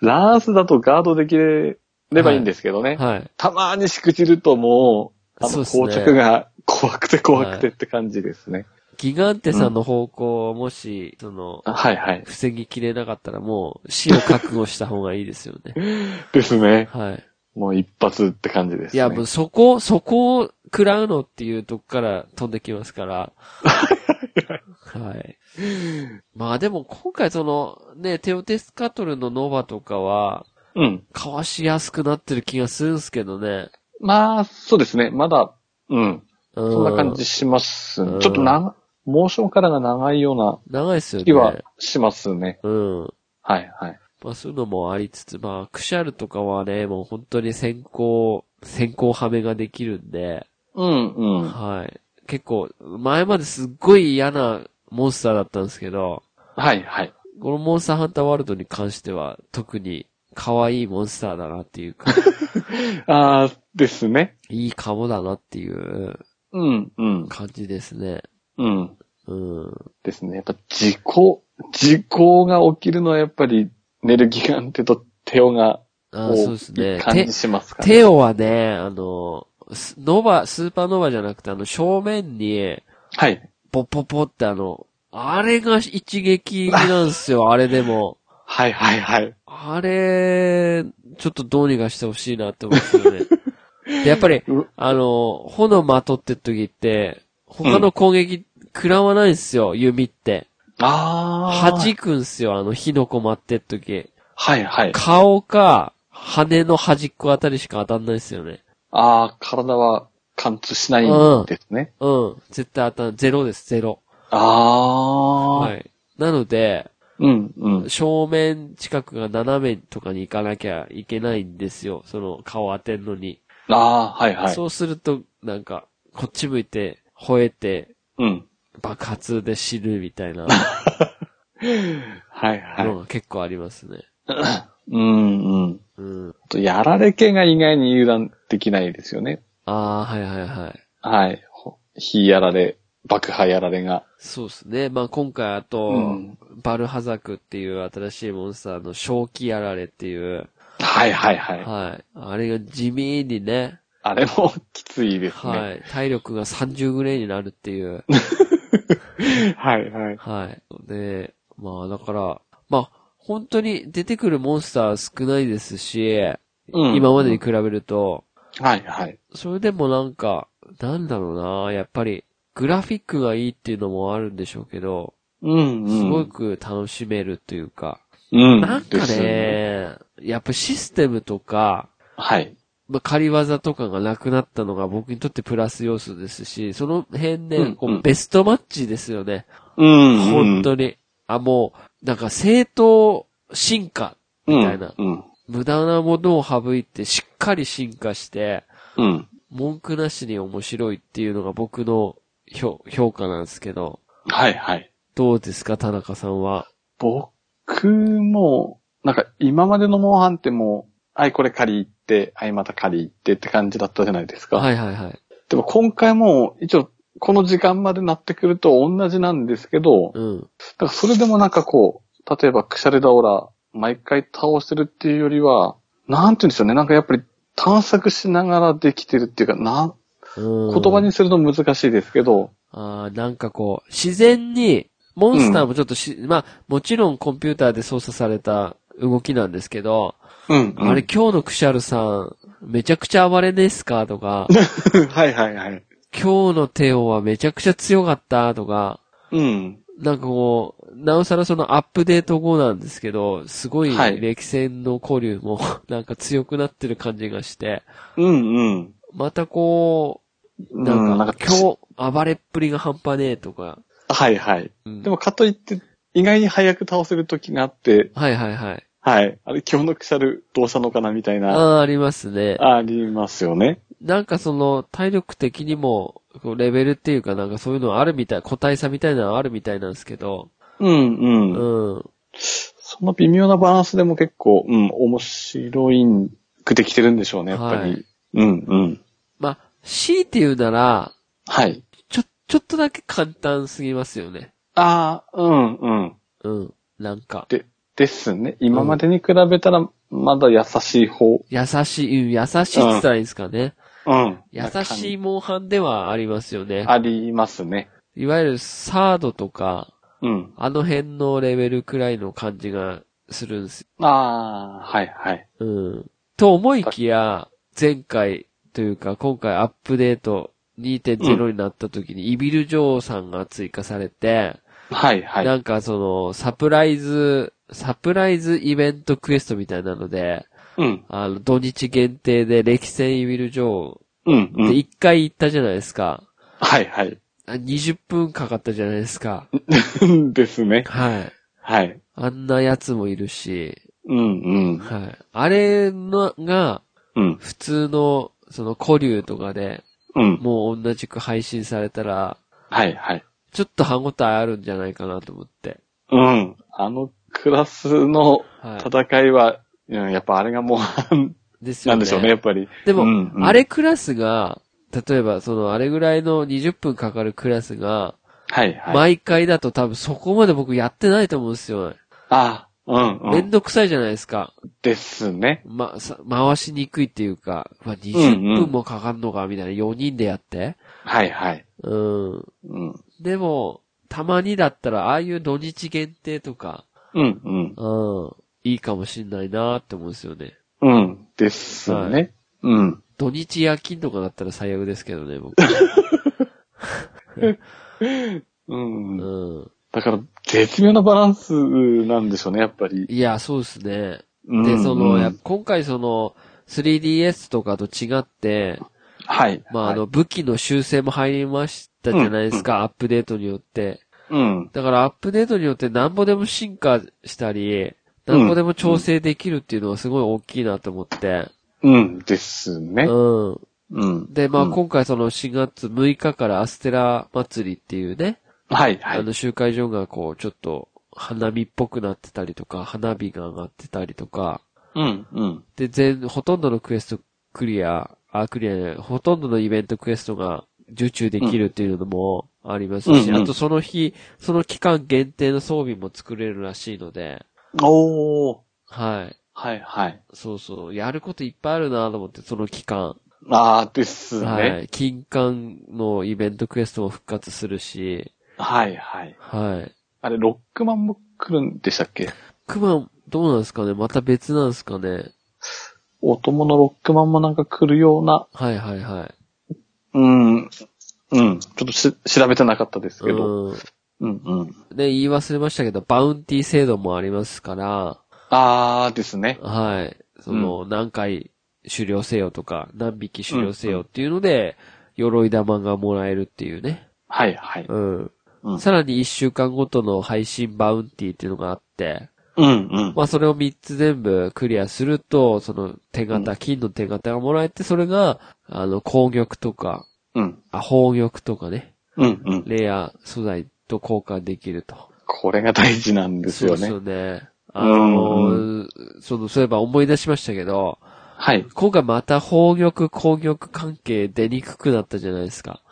Speaker 2: ラースだとガードできればいいんですけどね。
Speaker 1: はい。
Speaker 2: たまーにしくじるともう、あ
Speaker 1: そう
Speaker 2: の、
Speaker 1: ですね
Speaker 2: 膠着が怖くて怖くてって感じですね。
Speaker 1: ギガンテさんの方向をもし、その、
Speaker 2: はいはい。
Speaker 1: 防ぎきれなかったらもう死を覚悟した方がいいですよね。
Speaker 2: ですね。
Speaker 1: はい。
Speaker 2: もう一発って感じです、
Speaker 1: い
Speaker 2: ね。
Speaker 1: や、もうそこ、そこを食らうのっていうとこから飛んできます
Speaker 2: <laughs>
Speaker 1: から。はい。まあでも今回その、ね、テオテスカトルのノバとかは、
Speaker 2: うん。
Speaker 1: かわしやすくなってる気がするんすけどね。
Speaker 2: まあ、そうですね。まだ、うん。
Speaker 1: うん。
Speaker 2: そんな感じ。しますね、
Speaker 1: うん
Speaker 2: ちょっとな、モーションからが長いような
Speaker 1: 長いですよ
Speaker 2: 気は
Speaker 1: ね。
Speaker 2: しますね。
Speaker 1: うん。
Speaker 2: はいはい。
Speaker 1: まあそういうのもありつつ、まあクシャルとかはね、もう本当に先行、先行はめができるんで、
Speaker 2: うんうん。は
Speaker 1: はい。結構、前まですっごい嫌なモンスターだったんですけど、
Speaker 2: いはい。
Speaker 1: このモンスターハンターワールドに関しては、特に可愛いモンスターだなっていう
Speaker 2: <laughs>
Speaker 1: か、
Speaker 2: あーですね。
Speaker 1: いいカモだなっていう
Speaker 2: うんうん。
Speaker 1: 感じですね。
Speaker 2: うん。
Speaker 1: うん。
Speaker 2: ですね。やっぱ、時効、時効が起きるのはやっぱり、ネルギガンテとテオが
Speaker 1: あ
Speaker 2: 多
Speaker 1: ーそうですね
Speaker 2: い。感
Speaker 1: 手
Speaker 2: じ、しますかね。
Speaker 1: テオはね、あの、スノバ、スーパーノバじゃなくて、あの、正面に、
Speaker 2: はい。
Speaker 1: ポポポってあの、あれが一撃なんです
Speaker 2: <laughs>
Speaker 1: よ、あれでも。
Speaker 2: はいはいはい。
Speaker 1: あれ、ちょっとどうにかしてほしいなって思ってる
Speaker 2: <laughs>
Speaker 1: ね。で、やっぱり、
Speaker 2: う
Speaker 1: あの、炎まとってる時って、他の攻撃食らわないんですよ、弓って。
Speaker 2: あー。
Speaker 1: 弾くんすよ、あの火の粉舞ってる時。
Speaker 2: はいはい。
Speaker 1: 顔か、羽の端っこあたりしか当たんないですよね。
Speaker 2: ああ、体は貫通しないんですね。
Speaker 1: うん。絶対当たん、ゼロです、ゼロ。
Speaker 2: ああ、
Speaker 1: はい。なので、
Speaker 2: うん、うん。
Speaker 1: 正面近くが斜めとかに行かなきゃいけないんですよ。その顔当てるのに。
Speaker 2: ああー、はいはい。
Speaker 1: そうすると、なんか、こっち向いて、吠えて、
Speaker 2: うん。
Speaker 1: 爆発で死ぬみたいな
Speaker 2: はい <laughs> は
Speaker 1: の
Speaker 2: い。
Speaker 1: が結構ありますね。
Speaker 2: うん、うん。
Speaker 1: うん。
Speaker 2: あとやられ系が意外に油断できないですよね。
Speaker 1: ああー、はいはいはい。
Speaker 2: はい。ほ火やられ、爆破やられが。
Speaker 1: そうですね。まあ今回あと、
Speaker 2: うん
Speaker 1: バルハザクっていう新しいモンスターの正気やられっていう、
Speaker 2: はいはいはい。
Speaker 1: はい。あれが地味にね、
Speaker 2: あれもきついです
Speaker 1: は
Speaker 2: ね。
Speaker 1: い。体力が30ぐらいになるっていう、
Speaker 2: はいはい。
Speaker 1: はい。で、まあだから、まあ本当に出てくるモンスター少ないですし、
Speaker 2: うん
Speaker 1: 今までに比べると、
Speaker 2: はいはい。
Speaker 1: それでもなんか、なんだろうな、やっぱり、グラフィックがいいっていうのもあるんでしょうけど、
Speaker 2: うん、うん。
Speaker 1: すご、く楽しめるというか、
Speaker 2: うん。
Speaker 1: なんか
Speaker 2: ですね。
Speaker 1: ね、やっぱシステムとか、
Speaker 2: はい。
Speaker 1: まあ、仮技とかがなくなったのが僕にとってプラス要素ですし、その辺ね、
Speaker 2: うん
Speaker 1: こ
Speaker 2: う
Speaker 1: うんベストマッチですよね。
Speaker 2: うん、うん。
Speaker 1: 本当に。あ、もう、なんか正当進化。
Speaker 2: うん、
Speaker 1: みたいな
Speaker 2: うん。
Speaker 1: 無駄なものを省いてしっかり進化して、
Speaker 2: うん。
Speaker 1: 文句なしに面白いっていうのが僕の評評価なんですけど、
Speaker 2: はいはい。
Speaker 1: どうですか、田中さんは。
Speaker 2: 僕も、なんか今までのモンハンってもう、はい、これ借り行って、はい、また借り行ってって感じだったじゃないですか。
Speaker 1: はいはいはい。
Speaker 2: でも今回も、一応、この時間までなってくると同じなんですけど、
Speaker 1: うん。
Speaker 2: だからそれでもなんかこう、例えばクシャレダオラ、毎回倒してるっていうよりは、なんて言うんでしょうね、なんかやっぱり探索しながらできてるっていうか、なん、
Speaker 1: うん、
Speaker 2: 言葉にすると難しいですけど、
Speaker 1: ああ、なんかこう、自然に、モンスターもちょっとし、まあ、もちろんコンピューターで操作された動きなんですけど、
Speaker 2: うん、うん
Speaker 1: あれ、今日のクシャルさん、めちゃくちゃ暴れねえっすかとか、
Speaker 2: <laughs> はいはいはい。
Speaker 1: 今日のテオはめちゃくちゃ強かったとか、
Speaker 2: うん。
Speaker 1: なんかこう、なおさらそのアップデート後なんですけど、すごい
Speaker 2: はい
Speaker 1: 歴戦の交流も <laughs> なんか強くなってる感じがして、
Speaker 2: うんうん。
Speaker 1: またこう、
Speaker 2: う
Speaker 1: なんか、
Speaker 2: し
Speaker 1: 今日暴れっぷりが半端ねえとか、
Speaker 2: はいはい。
Speaker 1: うん
Speaker 2: でもかといって、意外に早く倒せる時があって、
Speaker 1: はいはいはい。
Speaker 2: はい。あれ、今日のクシャルどうしたのかなみたいな、
Speaker 1: ああ、ありますね。
Speaker 2: ありますよね。
Speaker 1: なんかその、体力的にも、こうレベルっていうかなんかそういうのあるみたい、個体差みたいなのあるみたいなんですけど、
Speaker 2: うんうん。
Speaker 1: うん。
Speaker 2: その微妙なバランスでも結構、うん、面白いくできてるんでしょうね、やっぱり。
Speaker 1: はい
Speaker 2: うんうん。
Speaker 1: まあ、強いて言うなら、
Speaker 2: はい。
Speaker 1: ちょ、ちょっとだけ簡単すぎますよね。
Speaker 2: ああ、うんうん。
Speaker 1: うん。なんか、
Speaker 2: で、ですね。今までに比べたら、まだ優しい方。
Speaker 1: 優しい、うん優しいって言ったらいいんですかね。
Speaker 2: うん。
Speaker 1: 優しい
Speaker 2: い。
Speaker 1: モンハンではありますよね。
Speaker 2: ありますね。
Speaker 1: いわゆるサードとか、
Speaker 2: うん。
Speaker 1: あの辺のレベルくらいの感じがするんです
Speaker 2: ああ、はいはい。
Speaker 1: うん。と思いきや、前回というか今回アップデート2.0になった時にイビル女王さんが追加されて、
Speaker 2: はいはい。
Speaker 1: なんかそのサプライズ、サプライズイベントクエストみたいなので、
Speaker 2: うん。
Speaker 1: あの土日限定で歴戦イビル女王
Speaker 2: うんう
Speaker 1: で
Speaker 2: ん。
Speaker 1: 一回行ったじゃないですか。
Speaker 2: はいはい。
Speaker 1: あ20分かかったじゃないですか。
Speaker 2: <laughs> ですね。
Speaker 1: はい。
Speaker 2: はい。
Speaker 1: あんなやつもいるし、
Speaker 2: うんうん。
Speaker 1: はい。あれのが、
Speaker 2: うん
Speaker 1: 普通の、その、古流とかで、
Speaker 2: うん。
Speaker 1: もう同じく配信されたら、
Speaker 2: はいはい。
Speaker 1: ちょっと歯応えあるんじゃないかなと思って。
Speaker 2: うん。あのクラスの
Speaker 1: は
Speaker 2: 戦いは、うんやっぱあれがもう、
Speaker 1: い。ですよ
Speaker 2: なん
Speaker 1: ね。
Speaker 2: でしょうね、やっぱり。
Speaker 1: でも、
Speaker 2: うんうん
Speaker 1: あれクラスが、例えば、その、あれぐらいの20分かかるクラスが、
Speaker 2: はいはい。
Speaker 1: 毎回だと多分そこまで僕やってないと思うんですよ。
Speaker 2: あうん、う
Speaker 1: めん
Speaker 2: ん。
Speaker 1: どくさいじゃないですか。
Speaker 2: ですね。
Speaker 1: ま、さ回しにくいっていうか、まあ、
Speaker 2: うん
Speaker 1: 20
Speaker 2: うん
Speaker 1: 分もかかんのか、みたいな、4人でやって。
Speaker 2: はいはい。
Speaker 1: うん。
Speaker 2: うん。
Speaker 1: でも、たまにだったら、ああいう土日限定とか、
Speaker 2: うん、うん。
Speaker 1: うん、いいかもしんないなって思うんですよね。
Speaker 2: うん。ですね。
Speaker 1: は
Speaker 2: うん。
Speaker 1: 土日夜勤とかだったら最悪ですけどね、
Speaker 2: <laughs>
Speaker 1: 僕。
Speaker 2: うん。
Speaker 1: うん。
Speaker 2: だから、絶妙なバランスなんでしょうね、やっぱり。
Speaker 1: いや、そうですね。
Speaker 2: うん
Speaker 1: で、その、やっ
Speaker 2: うん
Speaker 1: 今回その、3DS とかと違って、
Speaker 2: はい。
Speaker 1: まあ、あ
Speaker 2: はい、
Speaker 1: の、武器の修正も入りましたじゃないですか、アップデートによって。
Speaker 2: うん。
Speaker 1: だからアップデートによってなんぼでも進化したり、なんぼでも調整できるっていうのはすごい大きいなと思って。
Speaker 2: うん。ですね。
Speaker 1: うん。
Speaker 2: うん。
Speaker 1: で、まあ
Speaker 2: うん
Speaker 1: 今回その4月6日からアステラ祭りっていうね、
Speaker 2: はい、は
Speaker 1: あ
Speaker 2: い。
Speaker 1: の集会場がこうちょっと花見っぽくなってたりとか、花火が上がってたりとか、
Speaker 2: うん、うん。
Speaker 1: で、全、ほとんどのクエストクリア、あ、クリアじゃない、ほとんどのイベントクエストが受注できるっていうのもありますし、
Speaker 2: うんうん
Speaker 1: あとその日、その期間限定の装備も作れるらしいので、
Speaker 2: おー。
Speaker 1: はい。
Speaker 2: はい、はい。
Speaker 1: そうそう。やることいっぱいあるなと思って、その期間。
Speaker 2: あー、です
Speaker 1: は
Speaker 2: ね。
Speaker 1: い。金管のイベントクエストも復活するし、
Speaker 2: はい、はい。
Speaker 1: はい。
Speaker 2: あれ、ロックマンも来るんでしたっけ
Speaker 1: クマ、どうなんですかねまた別なんですかね
Speaker 2: お供のロックマンもなんか来るような、
Speaker 1: はいはいはい。
Speaker 2: うん、うん、ちょっとし調べてなかったですけど。
Speaker 1: うん。ね、
Speaker 2: うん、うん。
Speaker 1: 言い忘れましたけど、バウンティ制度もありますから、
Speaker 2: あー、ですね。
Speaker 1: はい。その、何回狩猟せよとか、何匹狩猟せよっていうので、鎧玉がもらえるっていうね。
Speaker 2: はい、はい。
Speaker 1: うん。
Speaker 2: うん、
Speaker 1: さらに一週間ごとの配信バウンティっていうのがあって、
Speaker 2: うん、うん。
Speaker 1: まあそれを三つ全部クリアすると、その手
Speaker 2: う
Speaker 1: 形、金の手形がもらえて、それが、あの、攻玉とか、
Speaker 2: うん、
Speaker 1: あ、宝玉とかね、
Speaker 2: うん、うん。
Speaker 1: レア素材と交換できると。
Speaker 2: これが大事なんですよね。
Speaker 1: そうですよね。あの
Speaker 2: う
Speaker 1: ー、その、そういえば思い出しましたけど、
Speaker 2: はい。
Speaker 1: 今回また宝玉、攻玉関係出にくくなったじゃないですか。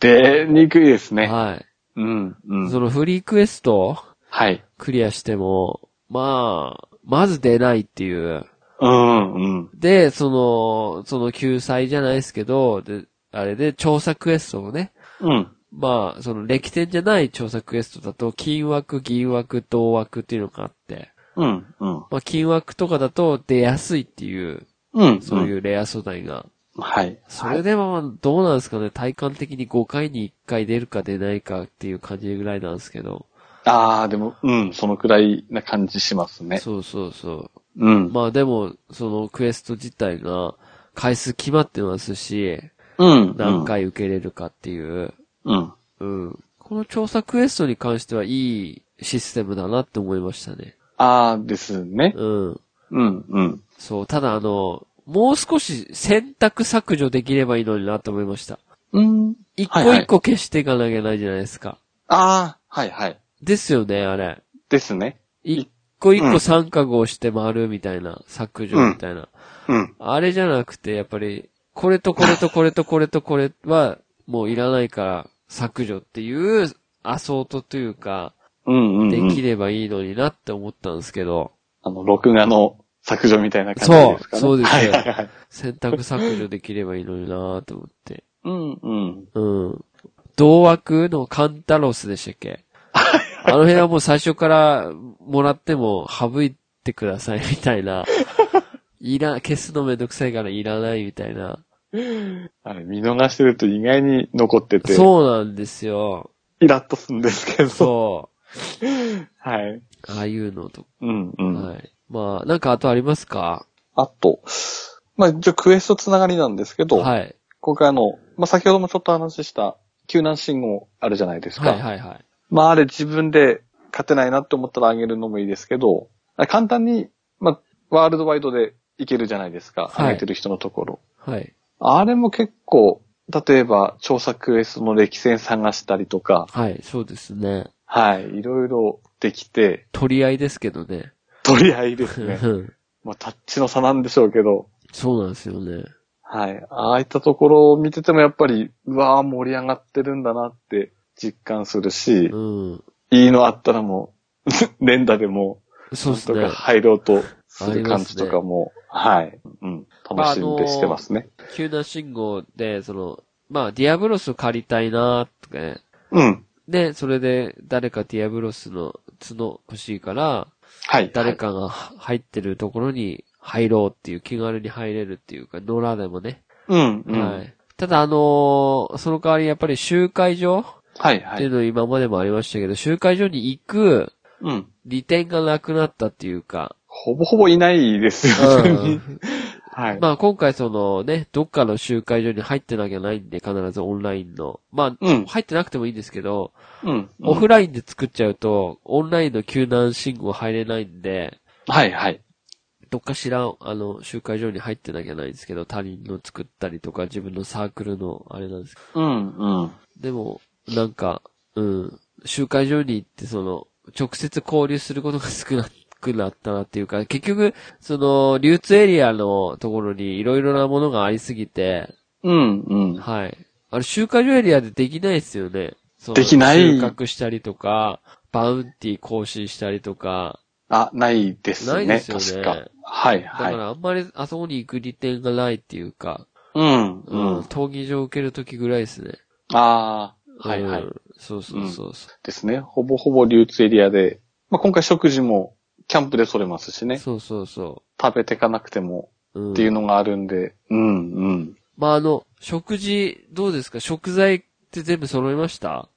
Speaker 2: 出にくいですね。
Speaker 1: はい。
Speaker 2: うん、うん。
Speaker 1: そのフリークエスト
Speaker 2: はい。
Speaker 1: クリアしても、まあ、まず出ないっていう。
Speaker 2: うん、うん。
Speaker 1: で、その、その救済じゃないですけど、で、あれで調査クエストをね、
Speaker 2: うん。
Speaker 1: まあ、その歴戦じゃない調査クエストだと、金枠、銀枠、銅枠っていうのがあって、
Speaker 2: うん、うん。
Speaker 1: まあ、金枠とかだと出やすいっていう、
Speaker 2: うん。。
Speaker 1: そういううレア素材が
Speaker 2: はい。
Speaker 1: それでも、どうなんですかね、体感的に5回に1回出るか出ないかっていう感じぐらいなんですけど。
Speaker 2: ああ、でも、うん、そのくらいな感じしますね。
Speaker 1: そうそうそうう。
Speaker 2: ん。
Speaker 1: まあでも、そのクエスト自体が回数決まってますし、
Speaker 2: うん。
Speaker 1: 何回受けれるかっていう、
Speaker 2: うん。
Speaker 1: うん。この調査クエストに関してはいいシステムだなって思いましたね。
Speaker 2: ああ、ですね。
Speaker 1: うん。
Speaker 2: うん、うん。
Speaker 1: そう、ただあの、もう少し選択削除できればいいのになと思いました。
Speaker 2: うん。
Speaker 1: 一
Speaker 2: はい
Speaker 1: 個
Speaker 2: はい
Speaker 1: 一個消していかなきゃいけないじゃないですか。
Speaker 2: ああ、はい、はい。
Speaker 1: ですよね、あれ。
Speaker 2: ですね。
Speaker 1: 一個一
Speaker 2: う
Speaker 1: 個
Speaker 2: ん
Speaker 1: 三角を押して回るみたいな、削除みたいな。
Speaker 2: うん。
Speaker 1: あれじゃなくて、やっぱり、これとこれとこれとこれとこれは、もういらないから削除っていう、アソートというか、
Speaker 2: うん、うん。
Speaker 1: で
Speaker 2: うん
Speaker 1: きればいいのになって思ったんですけど、
Speaker 2: あの、録画の削除みたいな感じですかね。
Speaker 1: そうそうです
Speaker 2: はい、はい、はい。
Speaker 1: 選択削除できればいいのになと思って。
Speaker 2: うん、うん。
Speaker 1: うん。同枠のカンタロスでしたっけあの辺はもう最初からもらっても省いてくださいみたい
Speaker 2: <laughs>
Speaker 1: な。いら、消すのめんどくさいからいらないみたいな。
Speaker 2: あれ、見逃してると意外に残ってて、
Speaker 1: そうなんですよ。
Speaker 2: イラッとするんですけど。
Speaker 1: そ
Speaker 2: はい。
Speaker 1: う。ああいうのと
Speaker 2: うん、う
Speaker 1: か。
Speaker 2: ん。
Speaker 1: はい。まあ、なんかあとありますか
Speaker 2: あと、まあ、一応クエストつながりなんですけど、
Speaker 1: はい。
Speaker 2: 今回あの、まあ、先ほどもちょっと話した、救難信号あるじゃないですか。
Speaker 1: はいはいはい。
Speaker 2: まあ、あれ自分で勝てないなって思ったらあげるのもいいですけど、あ簡単に、まあ、ワールドワイドでいけるじゃないですか。
Speaker 1: はい
Speaker 2: あげてる人のところ。
Speaker 1: はい。
Speaker 2: あれも結構、例えば、調査クエストの歴戦探したりとか、
Speaker 1: はい、そうですね。
Speaker 2: はい、いろいろできて、
Speaker 1: 取り合いですけどね。
Speaker 2: 取り合いですね。まあ、タッチの差なんでしょうけど、
Speaker 1: <laughs> そうなんですよね。
Speaker 2: はい。ああいったところを見ててもやっぱり、うわー盛り上がってるんだなって実感するし
Speaker 1: う、ん。
Speaker 2: <laughs> いいのあったらもう、連打でも
Speaker 1: そうですね
Speaker 2: とか。入ろうとする感じとかも、はい。うん。楽しんでしてますね。
Speaker 1: 急な信号で、その、まあ、ディアブロスを借りたいなとかね。
Speaker 2: うん。
Speaker 1: で、それで、誰かディアブロスの角欲しいから、
Speaker 2: はい。
Speaker 1: 誰かが入ってるところに入ろうっていう、気軽に入れるっていうか、野良でもね。
Speaker 2: はい。うん。うん
Speaker 1: は。い。ただ、あのーその代わりやっぱり集会所
Speaker 2: はい。
Speaker 1: っ
Speaker 2: は
Speaker 1: ていう
Speaker 2: い。
Speaker 1: の今までもありましたけど、集会所に行く
Speaker 2: うん。
Speaker 1: 利点がなくなったっていうか、
Speaker 2: ほぼほぼいないですよね。 <laughs> はい。
Speaker 1: まあ今回そのね、どっかの集会所に入ってなきゃないんで、必ずオンラインの。まあ、
Speaker 2: うん
Speaker 1: 入ってなくてもいいんですけど、
Speaker 2: うん。
Speaker 1: オフラインで作っちゃうと、オンラインの救難信号入れないんで、
Speaker 2: はい。はい。
Speaker 1: どっかしら、あの、集会所に入ってなきゃないんですけど、他人の作ったりとか、自分のサークルの、あれなんですけ
Speaker 2: うん。うん。
Speaker 1: ど。でも、なんか、うん、集会所に行って、その、直接交流することが少な <laughs> くなったなっていうか、結局、その、流通エリアのところにいろいろなものがありすぎて、
Speaker 2: うん。うん。
Speaker 1: はい。あれ、集荷所エリアでできないですよね。その
Speaker 2: できない
Speaker 1: 収穫したりとか、バウンティー更新したりとか。
Speaker 2: あ、ないです
Speaker 1: ないで
Speaker 2: ね。
Speaker 1: すよね
Speaker 2: 確か。はい。
Speaker 1: だか
Speaker 2: はい。
Speaker 1: らあんまりあそこに行く利点がないっていうか、
Speaker 2: うん。う
Speaker 1: うんん、。闘技場受けるときぐらいですね。
Speaker 2: ああ。はい。は
Speaker 1: う
Speaker 2: い。
Speaker 1: んそうそうそうそ
Speaker 2: ですね。ほぼほぼ流通エリアで、まあ、今回食事もキャンプで取れますし
Speaker 1: う。
Speaker 2: ね。
Speaker 1: そうそうそ
Speaker 2: 食べてかなくても
Speaker 1: う。うん、
Speaker 2: っていうのがあるんで、うん、うん。
Speaker 1: まあ、あの、食事、どうですか食材って全部揃いました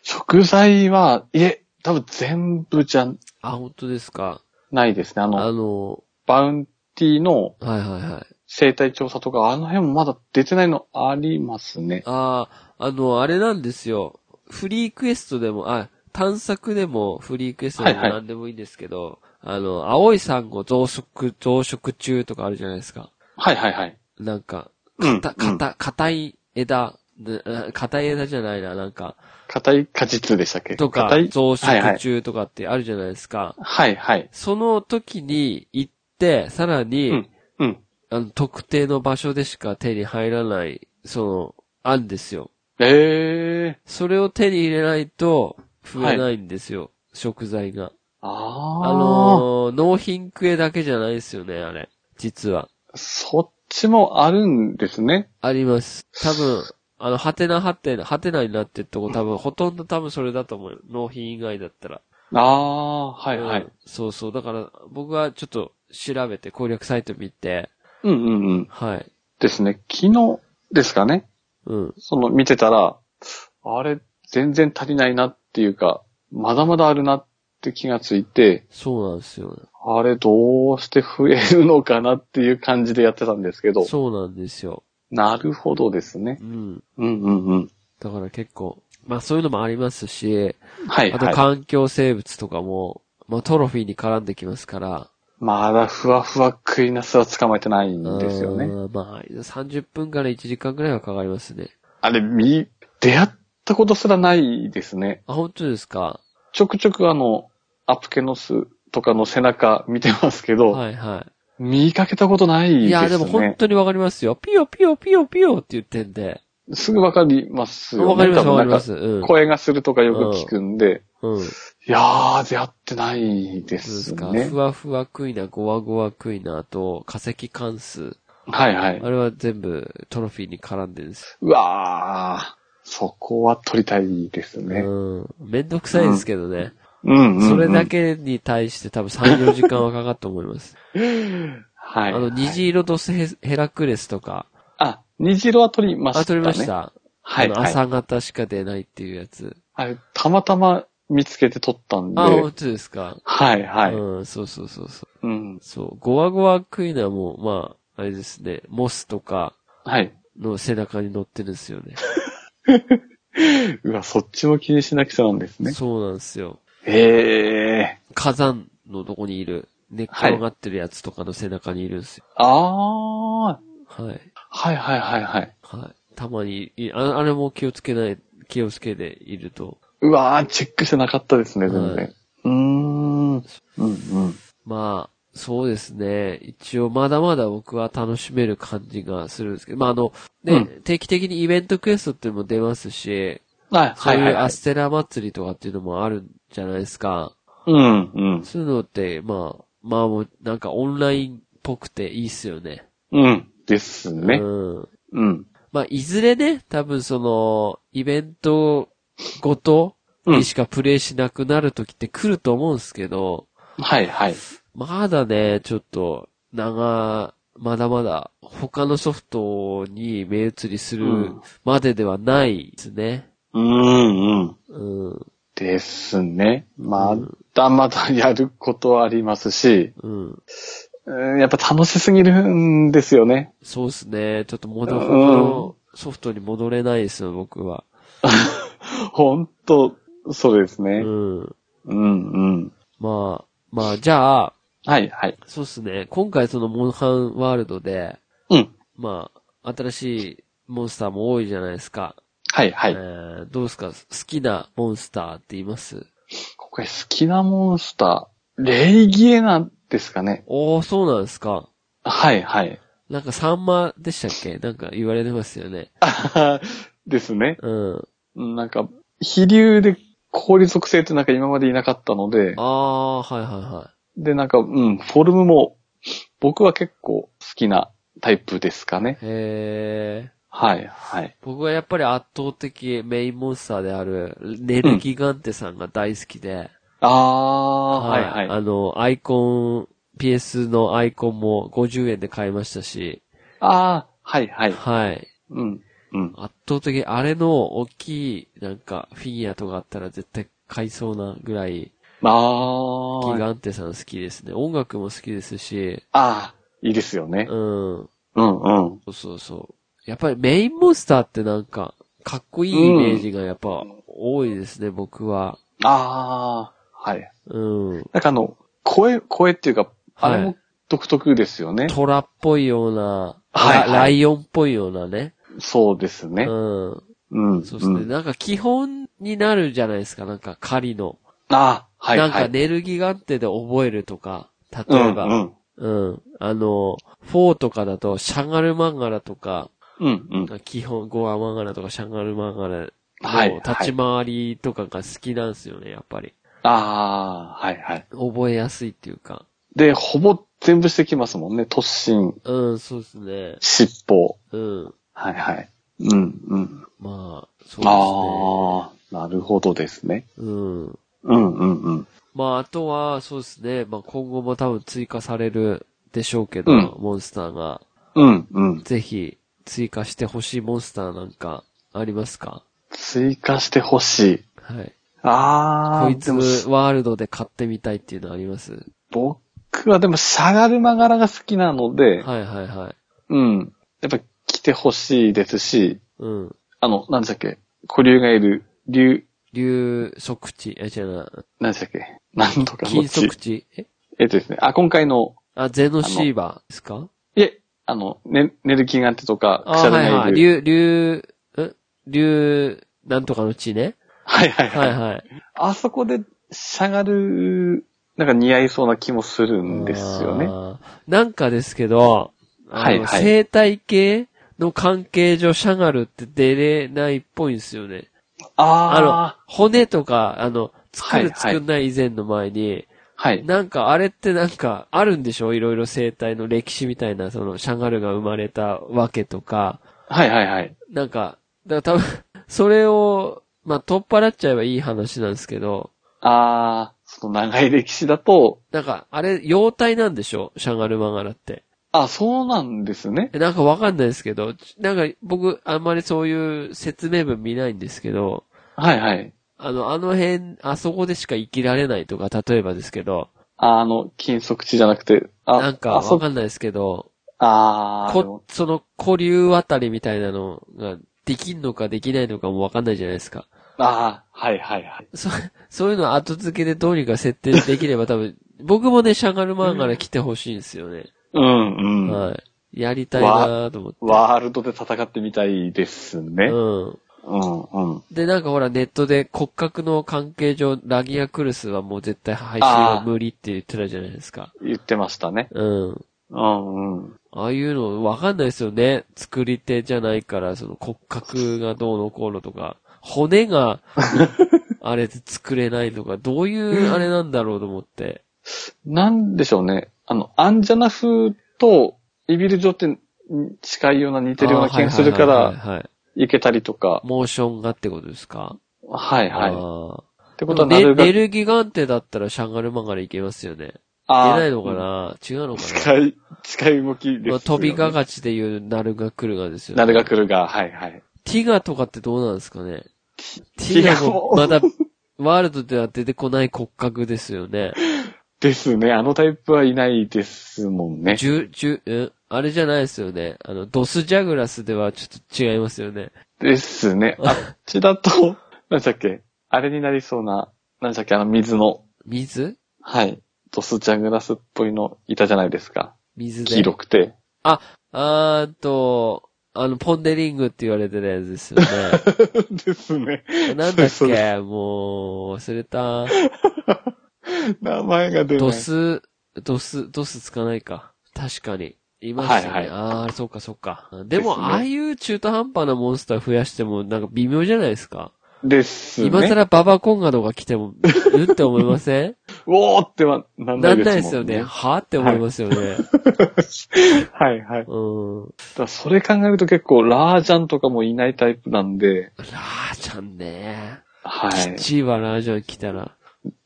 Speaker 2: 食材は、いえ、多分全部じゃ
Speaker 1: あ、本当ですか。
Speaker 2: ないですね。あの、
Speaker 1: あの、
Speaker 2: バウンティの
Speaker 1: はいはいはい。
Speaker 2: 生態調査とか、あの辺もまだ出てないのありますね。
Speaker 1: ああ、あの、あれなんですよ。フリークエストでも、あ、探索でもフリークエストでも
Speaker 2: はいはい
Speaker 1: 何でもいいんですけど、あの、青いサンゴ増殖、増殖中とかあるじゃないですか。
Speaker 2: はいはいはい。
Speaker 1: なんか、
Speaker 2: うん。
Speaker 1: た、
Speaker 2: うん
Speaker 1: 硬、硬い枝、であ硬い枝じゃないな、なんか、
Speaker 2: 硬い果実でしたっけ
Speaker 1: とか
Speaker 2: 硬、い
Speaker 1: 増
Speaker 2: はいは
Speaker 1: 殖中
Speaker 2: い
Speaker 1: とかってあるじゃないですか。
Speaker 2: はいはい。
Speaker 1: その時に行って、さらに、
Speaker 2: うんうん。
Speaker 1: あの、特定の場所でしか手に入らない、その、あんですよ。
Speaker 2: ええー。
Speaker 1: それを手に入れないと増えないんですよ、食材が。
Speaker 2: ああ。
Speaker 1: あのー納品クエだけじゃないですよね、あれ。実は。
Speaker 2: そっちもあるんですね。
Speaker 1: あります。多分、あの、ハテナハテナ、ハテナになってるとこ多分、ほとんど多分それだと思うよ。納品以外だったら。
Speaker 2: ああ、はいは
Speaker 1: う
Speaker 2: い
Speaker 1: ん。そうそう。だから、僕はちょっと調べて、攻略サイト見て、
Speaker 2: うんうんうん。
Speaker 1: はい。
Speaker 2: ですね。昨日ですかね。
Speaker 1: うん。
Speaker 2: その見てたら、あれ、全然足りないなっていうか、まだまだあるなって気がついて、
Speaker 1: そうなんですよ。
Speaker 2: あれどうして増えるのかなっていう感じでやってたんですけど、
Speaker 1: そうなんですよ。
Speaker 2: なるほどですね
Speaker 1: う。ん。
Speaker 2: うんうんうん。
Speaker 1: だから結構、まあそういうのもありますし、
Speaker 2: はい
Speaker 1: あと
Speaker 2: はい。
Speaker 1: 環境生物とかも、まあトロフィーに絡んできますから。
Speaker 2: まだふわふわクイナスは捕まえてないんですよね。
Speaker 1: うんまあ、30分から1時間くらいはかかりますね。
Speaker 2: あれ、み、出会ったことすらないですね。
Speaker 1: あ、本当ですか
Speaker 2: ちょくちょくあの、アプケノスとかの背中見てますけど、
Speaker 1: はいは
Speaker 2: 見かけたことないで
Speaker 1: い。
Speaker 2: すね。
Speaker 1: いや、でも本当にわかりますよ。ピヨピヨピヨピヨって言ってんで。
Speaker 2: すぐわかりますよ、ね。
Speaker 1: わかります
Speaker 2: 多
Speaker 1: わかり
Speaker 2: 分なん
Speaker 1: ます。うん。
Speaker 2: 声がするとかよく聞くんで、
Speaker 1: うん。そう
Speaker 2: いやー、出会ってないで
Speaker 1: ですすか。
Speaker 2: ね
Speaker 1: ふ。わふわクイナ、ゴワゴワクイナと化石関数。
Speaker 2: はいはい
Speaker 1: あ。れは全部トロフィーに絡んでるんです。
Speaker 2: うわー、そこは取りたいですね。
Speaker 1: うん。めんどくさいですけどね。
Speaker 2: うん、うん、うん。
Speaker 1: それだ。けに対して多分3、4時間はかかると思います。
Speaker 2: はい。
Speaker 1: あの、虹色ドスヘヘラクレスとか。
Speaker 2: あ、虹色は取りましたね。
Speaker 1: あ、取りまし。た。
Speaker 2: はい、
Speaker 1: あの
Speaker 2: はい。
Speaker 1: 朝方しか出ないっていうやつ。
Speaker 2: あれ、たまたま見つけて取ったんで。
Speaker 1: あ、
Speaker 2: は
Speaker 1: 本当ですか。
Speaker 2: い、はい。
Speaker 1: うん、そうそうそうそう。
Speaker 2: うん。
Speaker 1: そう。ゴワゴワクイナも、まあ、あれですね、モスとか
Speaker 2: はい。
Speaker 1: の背中に乗ってるんですよね。
Speaker 2: うわ、そっちも気にしなくちゃなんですね。
Speaker 1: そうなんですよ。
Speaker 2: へえ。
Speaker 1: 火山のとこにいる、根っ転がってるやつとかの背中にいるんですよ。
Speaker 2: あー。
Speaker 1: はい。
Speaker 2: はいはいはいはい。
Speaker 1: はい。たまに、いああれも気をつけない、気をつけていると。
Speaker 2: うわー、チェックしてなかったですね、全然。
Speaker 1: はいう
Speaker 2: ーん。うんうん。
Speaker 1: まあ、そうですね。一応、まだまだ僕は楽しめる感じがするんですけど、まあ、あの、ね、
Speaker 2: うん
Speaker 1: 定期的にイベントクエストっていうのも出ますし、
Speaker 2: はい
Speaker 1: そ
Speaker 2: は
Speaker 1: う
Speaker 2: いはいいうは
Speaker 1: ア
Speaker 2: い。
Speaker 1: ステラ祭りとかっていうのもあるんじゃないですか。
Speaker 2: うん、うん。
Speaker 1: そういうのって、まあ、まあもう、なんかオンラインっぽくていいっすよね。
Speaker 2: うん。ですね。
Speaker 1: うん。
Speaker 2: うん。
Speaker 1: まあ、いずれね、多分その、イベントごと
Speaker 2: うん
Speaker 1: にしかプレイしなくなる時って来ると思うんですけど、
Speaker 2: はい、はい。
Speaker 1: まだね、ちょっと、長、まだまだ、他のソフトに目移りす
Speaker 2: う
Speaker 1: る
Speaker 2: ん
Speaker 1: までではないですね。
Speaker 2: うん、うん。
Speaker 1: うん。
Speaker 2: ですね。まだまだやることはありますし、
Speaker 1: うん。
Speaker 2: うんやっぱ楽しすぎるんですよね。
Speaker 1: そうですね。ちょっと戻、
Speaker 2: うん
Speaker 1: 他のソフトに戻れないですよ、僕は。
Speaker 2: ほんと、そうです
Speaker 1: う
Speaker 2: ね。
Speaker 1: ん。
Speaker 2: うん、うん。
Speaker 1: まあ、まあ、じゃあ、
Speaker 2: はい、はい。
Speaker 1: そうですね。今回そのモンハンワールドで、
Speaker 2: うん。
Speaker 1: まあ、新しいモンスターも多いじゃないですか。
Speaker 2: はい、は
Speaker 1: え
Speaker 2: い。
Speaker 1: ーどうですか好きなモンスターって言います
Speaker 2: ここで好きなモンスター、レイギエなんですかね。
Speaker 1: おー、そうなんですか。
Speaker 2: はい、はい。
Speaker 1: なんかサンマでしたっけなんか言われてますよね。
Speaker 2: あはは <laughs> ですね。
Speaker 1: うん。
Speaker 2: なんか、飛流で氷属性ってなんか今までいなかったので、
Speaker 1: あー、はいはいは
Speaker 2: で、なんか、うん、フォルムも、僕は結構好きなタイプですかね。
Speaker 1: い。へー。
Speaker 2: はい、はい。
Speaker 1: 僕はやっぱり圧倒的メインモンスターである、ネルギガンテさんが大好きで、
Speaker 2: ああ、はい、はい。
Speaker 1: あの、アイコン、PS のアイコンも50円で買いましたし、
Speaker 2: ああ、はい、はい。
Speaker 1: はい。
Speaker 2: うん、うん。
Speaker 1: 圧倒的、あれの大きい、なんか、フィギュアとかあったら絶対買いそうなぐらい、
Speaker 2: あ
Speaker 1: ギ
Speaker 2: あ、
Speaker 1: ガンテさん好きですね。音楽も好きですし、
Speaker 2: ああ、いいですよね
Speaker 1: うん。。そ
Speaker 2: うん、うん。
Speaker 1: うそうそう。やっぱりメインモンスターってなんか、かっこいいイメージがやっぱ多いですね、僕は。
Speaker 2: ああ、はい。
Speaker 1: うん。
Speaker 2: なんかあの、声、声っていうか、あれ
Speaker 1: は
Speaker 2: も独特ですよね。
Speaker 1: 虎っぽいような、
Speaker 2: はいはい
Speaker 1: ラライオンっぽいようなね。
Speaker 2: そうです
Speaker 1: う
Speaker 2: ね。
Speaker 1: ん。
Speaker 2: うん。
Speaker 1: そして、
Speaker 2: うん
Speaker 1: なんか基本になるじゃないですか、なんか狩りの。
Speaker 2: ああ、はい、はい。
Speaker 1: なんか、ネルギガンテで覚えるとか、例
Speaker 2: う
Speaker 1: え
Speaker 2: ん、
Speaker 1: ば、
Speaker 2: うん。
Speaker 1: うん、あの、4とかだと、シャンガルマンガラとか、
Speaker 2: うん、うん。
Speaker 1: 基本、ゴアマンガラとか、シャンガルマンガラ
Speaker 2: はい
Speaker 1: の立ち回りとかが好きなんですよね、やっぱり。
Speaker 2: ああ、はい、はい。
Speaker 1: 覚えやすいっていうか。
Speaker 2: で、ほぼ全部してきますもんね。突進、
Speaker 1: うん、そうですね。
Speaker 2: 尻尾。
Speaker 1: うん。
Speaker 2: はい、はい。うん、うん。
Speaker 1: まあ、そうですね。
Speaker 2: ああ、なるほどですね。
Speaker 1: うん。
Speaker 2: うん、うん、うん。
Speaker 1: まあ、あとは、そうですね。まあ、今後も多分追加されるでしょうけど、
Speaker 2: うん
Speaker 1: モンスターが。
Speaker 2: うん、うん。
Speaker 1: ぜひ、追加してほしいモンスターなんか、ありますか
Speaker 2: 追加してほしい。
Speaker 1: はい。
Speaker 2: ああ、
Speaker 1: こいつ
Speaker 2: でも
Speaker 1: ワールドで買ってみたいっていうのあります
Speaker 2: 僕はでも、しゃがるまがらが好きなので、
Speaker 1: はいはいはい。
Speaker 2: うん。やっぱ来てほしいですし、
Speaker 1: うん。
Speaker 2: あの、なんでしたっけ、古流がいる、竜、
Speaker 1: 竜足地、え、違うな。
Speaker 2: なんでしたっけ、なんとかの
Speaker 1: 金
Speaker 2: 地
Speaker 1: 足。地。え
Speaker 2: えっとですね、あ、今回の、
Speaker 1: あ、ゼノシーバーですか
Speaker 2: いえ、あの、ね、ネルキンガンテとか、ク
Speaker 1: あ、
Speaker 2: シャル
Speaker 1: はい
Speaker 2: が
Speaker 1: はいい。
Speaker 2: る。
Speaker 1: 竜、竜、え竜、なんとかの地ね。
Speaker 2: はいはいは。
Speaker 1: はいいはい。
Speaker 2: あそこで、しゃがる、なんか似合いそうな気もするんですよね。
Speaker 1: あーなんかですけど、あの
Speaker 2: はいはい
Speaker 1: 生態系の関係上、シャガルって出れないっぽいんですよね。あの
Speaker 2: ああ、、
Speaker 1: 骨とか、あの、作
Speaker 2: はい
Speaker 1: る
Speaker 2: はい
Speaker 1: 作んない以前の前に、
Speaker 2: はい。
Speaker 1: なんかあれってなんかあるんでしょいろいろ生態の歴史みたいな、そのシャガルが生まれたわけとか、
Speaker 2: はいはいはい。
Speaker 1: なんか、だから多分、それを、まあ、取っ払っちゃえばいい話なんですけど、
Speaker 2: ああ、その長い歴史だと、
Speaker 1: なんか、あれ、妖体なんでしょシャガルマガラって。
Speaker 2: あ、そうなんですね。
Speaker 1: なんかわかんないですけど、なんか僕あんまりそういう説明文見ないんですけど、
Speaker 2: はいはい。
Speaker 1: あの、あの辺、あそこでしか生きられないとか、例えばですけど、
Speaker 2: あの、金属地じゃなくて、あ、
Speaker 1: なんか
Speaker 2: あそ
Speaker 1: わかんないですけど、
Speaker 2: あーで
Speaker 1: こ
Speaker 2: も、
Speaker 1: その古流あたりみたいなのができんのかできないのかもわかんないじゃないですか。
Speaker 2: あー、はいはいはい。
Speaker 1: そ、そういうの後付けでどうにか設定できれば多分、僕もね、シャガルマンガラ来てほしいんですよね。
Speaker 2: うんうん。
Speaker 1: はい。やりたいなと思って。
Speaker 2: ワールドで戦ってみたいですね。
Speaker 1: うん。
Speaker 2: うんうん。
Speaker 1: で、なんかほら、ネットで骨格の関係上、ラギアクルスはもう絶対配信は無理って言ってたじゃないですか。
Speaker 2: 言ってましたね。
Speaker 1: うん。
Speaker 2: うんうん。
Speaker 1: ああいうのわかんないですよね。作り手じゃないから、その骨格がどうのこうのとか、骨
Speaker 2: <laughs>
Speaker 1: が、あれで作れないのが、どういうあれなんだろうと思って。
Speaker 2: なんでしょうね。あの、アンジャナ風とイビル状って近いような似てるような気がするか
Speaker 1: あーはい
Speaker 2: ら、
Speaker 1: はいはいはいはい
Speaker 2: いけたりとか。
Speaker 1: モーションがってことですか
Speaker 2: はいはい。っ
Speaker 1: は
Speaker 2: て
Speaker 1: い。で
Speaker 2: こと
Speaker 1: も
Speaker 2: はなる
Speaker 1: ね
Speaker 2: が、
Speaker 1: ネルギガンテだったらシャンガルマンガルいけますよね。いけ
Speaker 2: あー
Speaker 1: ないのかな違うのかな
Speaker 2: 近い、近い動きです、
Speaker 1: ま
Speaker 2: よ
Speaker 1: あ、
Speaker 2: ね
Speaker 1: 飛びががちで言う、ナルガクルガですよね。
Speaker 2: なるが来るが、はいはい。
Speaker 1: ティガとかってどうなんですかねテ
Speaker 2: ィ
Speaker 1: ィ
Speaker 2: ガ
Speaker 1: ガも
Speaker 2: も
Speaker 1: まだ、ワールドでは出てこない骨格ですよね。
Speaker 2: ですね。あのタイプはいないですもんね。
Speaker 1: じゅ、じゅ、えあれじゃないですよね。あの、ドスジャグラスではちょっと違いますよね。
Speaker 2: で
Speaker 1: <laughs>
Speaker 2: すね。あっちだと、 <laughs> なんだっけ、あれになりそうな、なんだっけ、あの水の、
Speaker 1: 水
Speaker 2: はい、ドスジャグラスっぽいのいたじゃないですか。
Speaker 1: 水で。
Speaker 2: 黄色くて。
Speaker 1: あーっと、あの、ポンデリングって言われてるやつですよ
Speaker 2: <laughs>
Speaker 1: ね。
Speaker 2: ですね。
Speaker 1: なんだっ
Speaker 2: そうで
Speaker 1: けもう、忘れた。
Speaker 2: 名前が出ない。
Speaker 1: ドス、ドス、ドスつかないか。確かに。いますよね。
Speaker 2: はいはい
Speaker 1: ああ、そうかそうか。でも、
Speaker 2: ですね
Speaker 1: ああいう中途半端なモンスター増やしても、なんか微妙じゃないですか。
Speaker 2: ですね。
Speaker 1: 今更ババコンガとか来ても、うんって思いま
Speaker 2: <laughs>
Speaker 1: せん
Speaker 2: うおーってはなん
Speaker 1: な
Speaker 2: な
Speaker 1: いん
Speaker 2: ですもんね。
Speaker 1: ないですよね。はって思いますよね。
Speaker 2: <laughs> はいはい。だか
Speaker 1: うん。
Speaker 2: らそれ考えると結構、ラージャンとかもいないタイプなんで、
Speaker 1: ラーちゃんね。
Speaker 2: は
Speaker 1: きっ
Speaker 2: い。
Speaker 1: ちいわ、ラーちゃん来たら。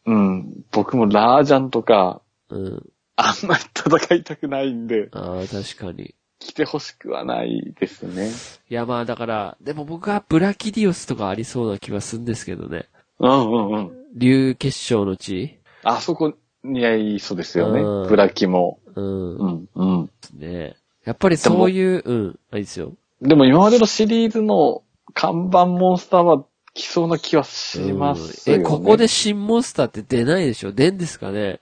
Speaker 2: うん。僕もラージャンとか、
Speaker 1: うん。
Speaker 2: あんまり戦いたくないんで、
Speaker 1: ああ、確かに。
Speaker 2: 来てほしくはないですね。
Speaker 1: いや、まあだから、でも僕はブラキディオスとかありそうな気はするんですけどね。
Speaker 2: うんうんうん。
Speaker 1: 竜結晶の地
Speaker 2: あそこ似合いそうですよ
Speaker 1: うん
Speaker 2: ね。ブラキも。
Speaker 1: うん
Speaker 2: う。んうん。
Speaker 1: ね。やっぱりそういう、うん、あいいですよ。
Speaker 2: でも今までのシリーズの看板モンスターは来そうな気はしますよ、
Speaker 1: うん
Speaker 2: ね
Speaker 1: え、ここで新モンスターって出ないでしょ出んですかね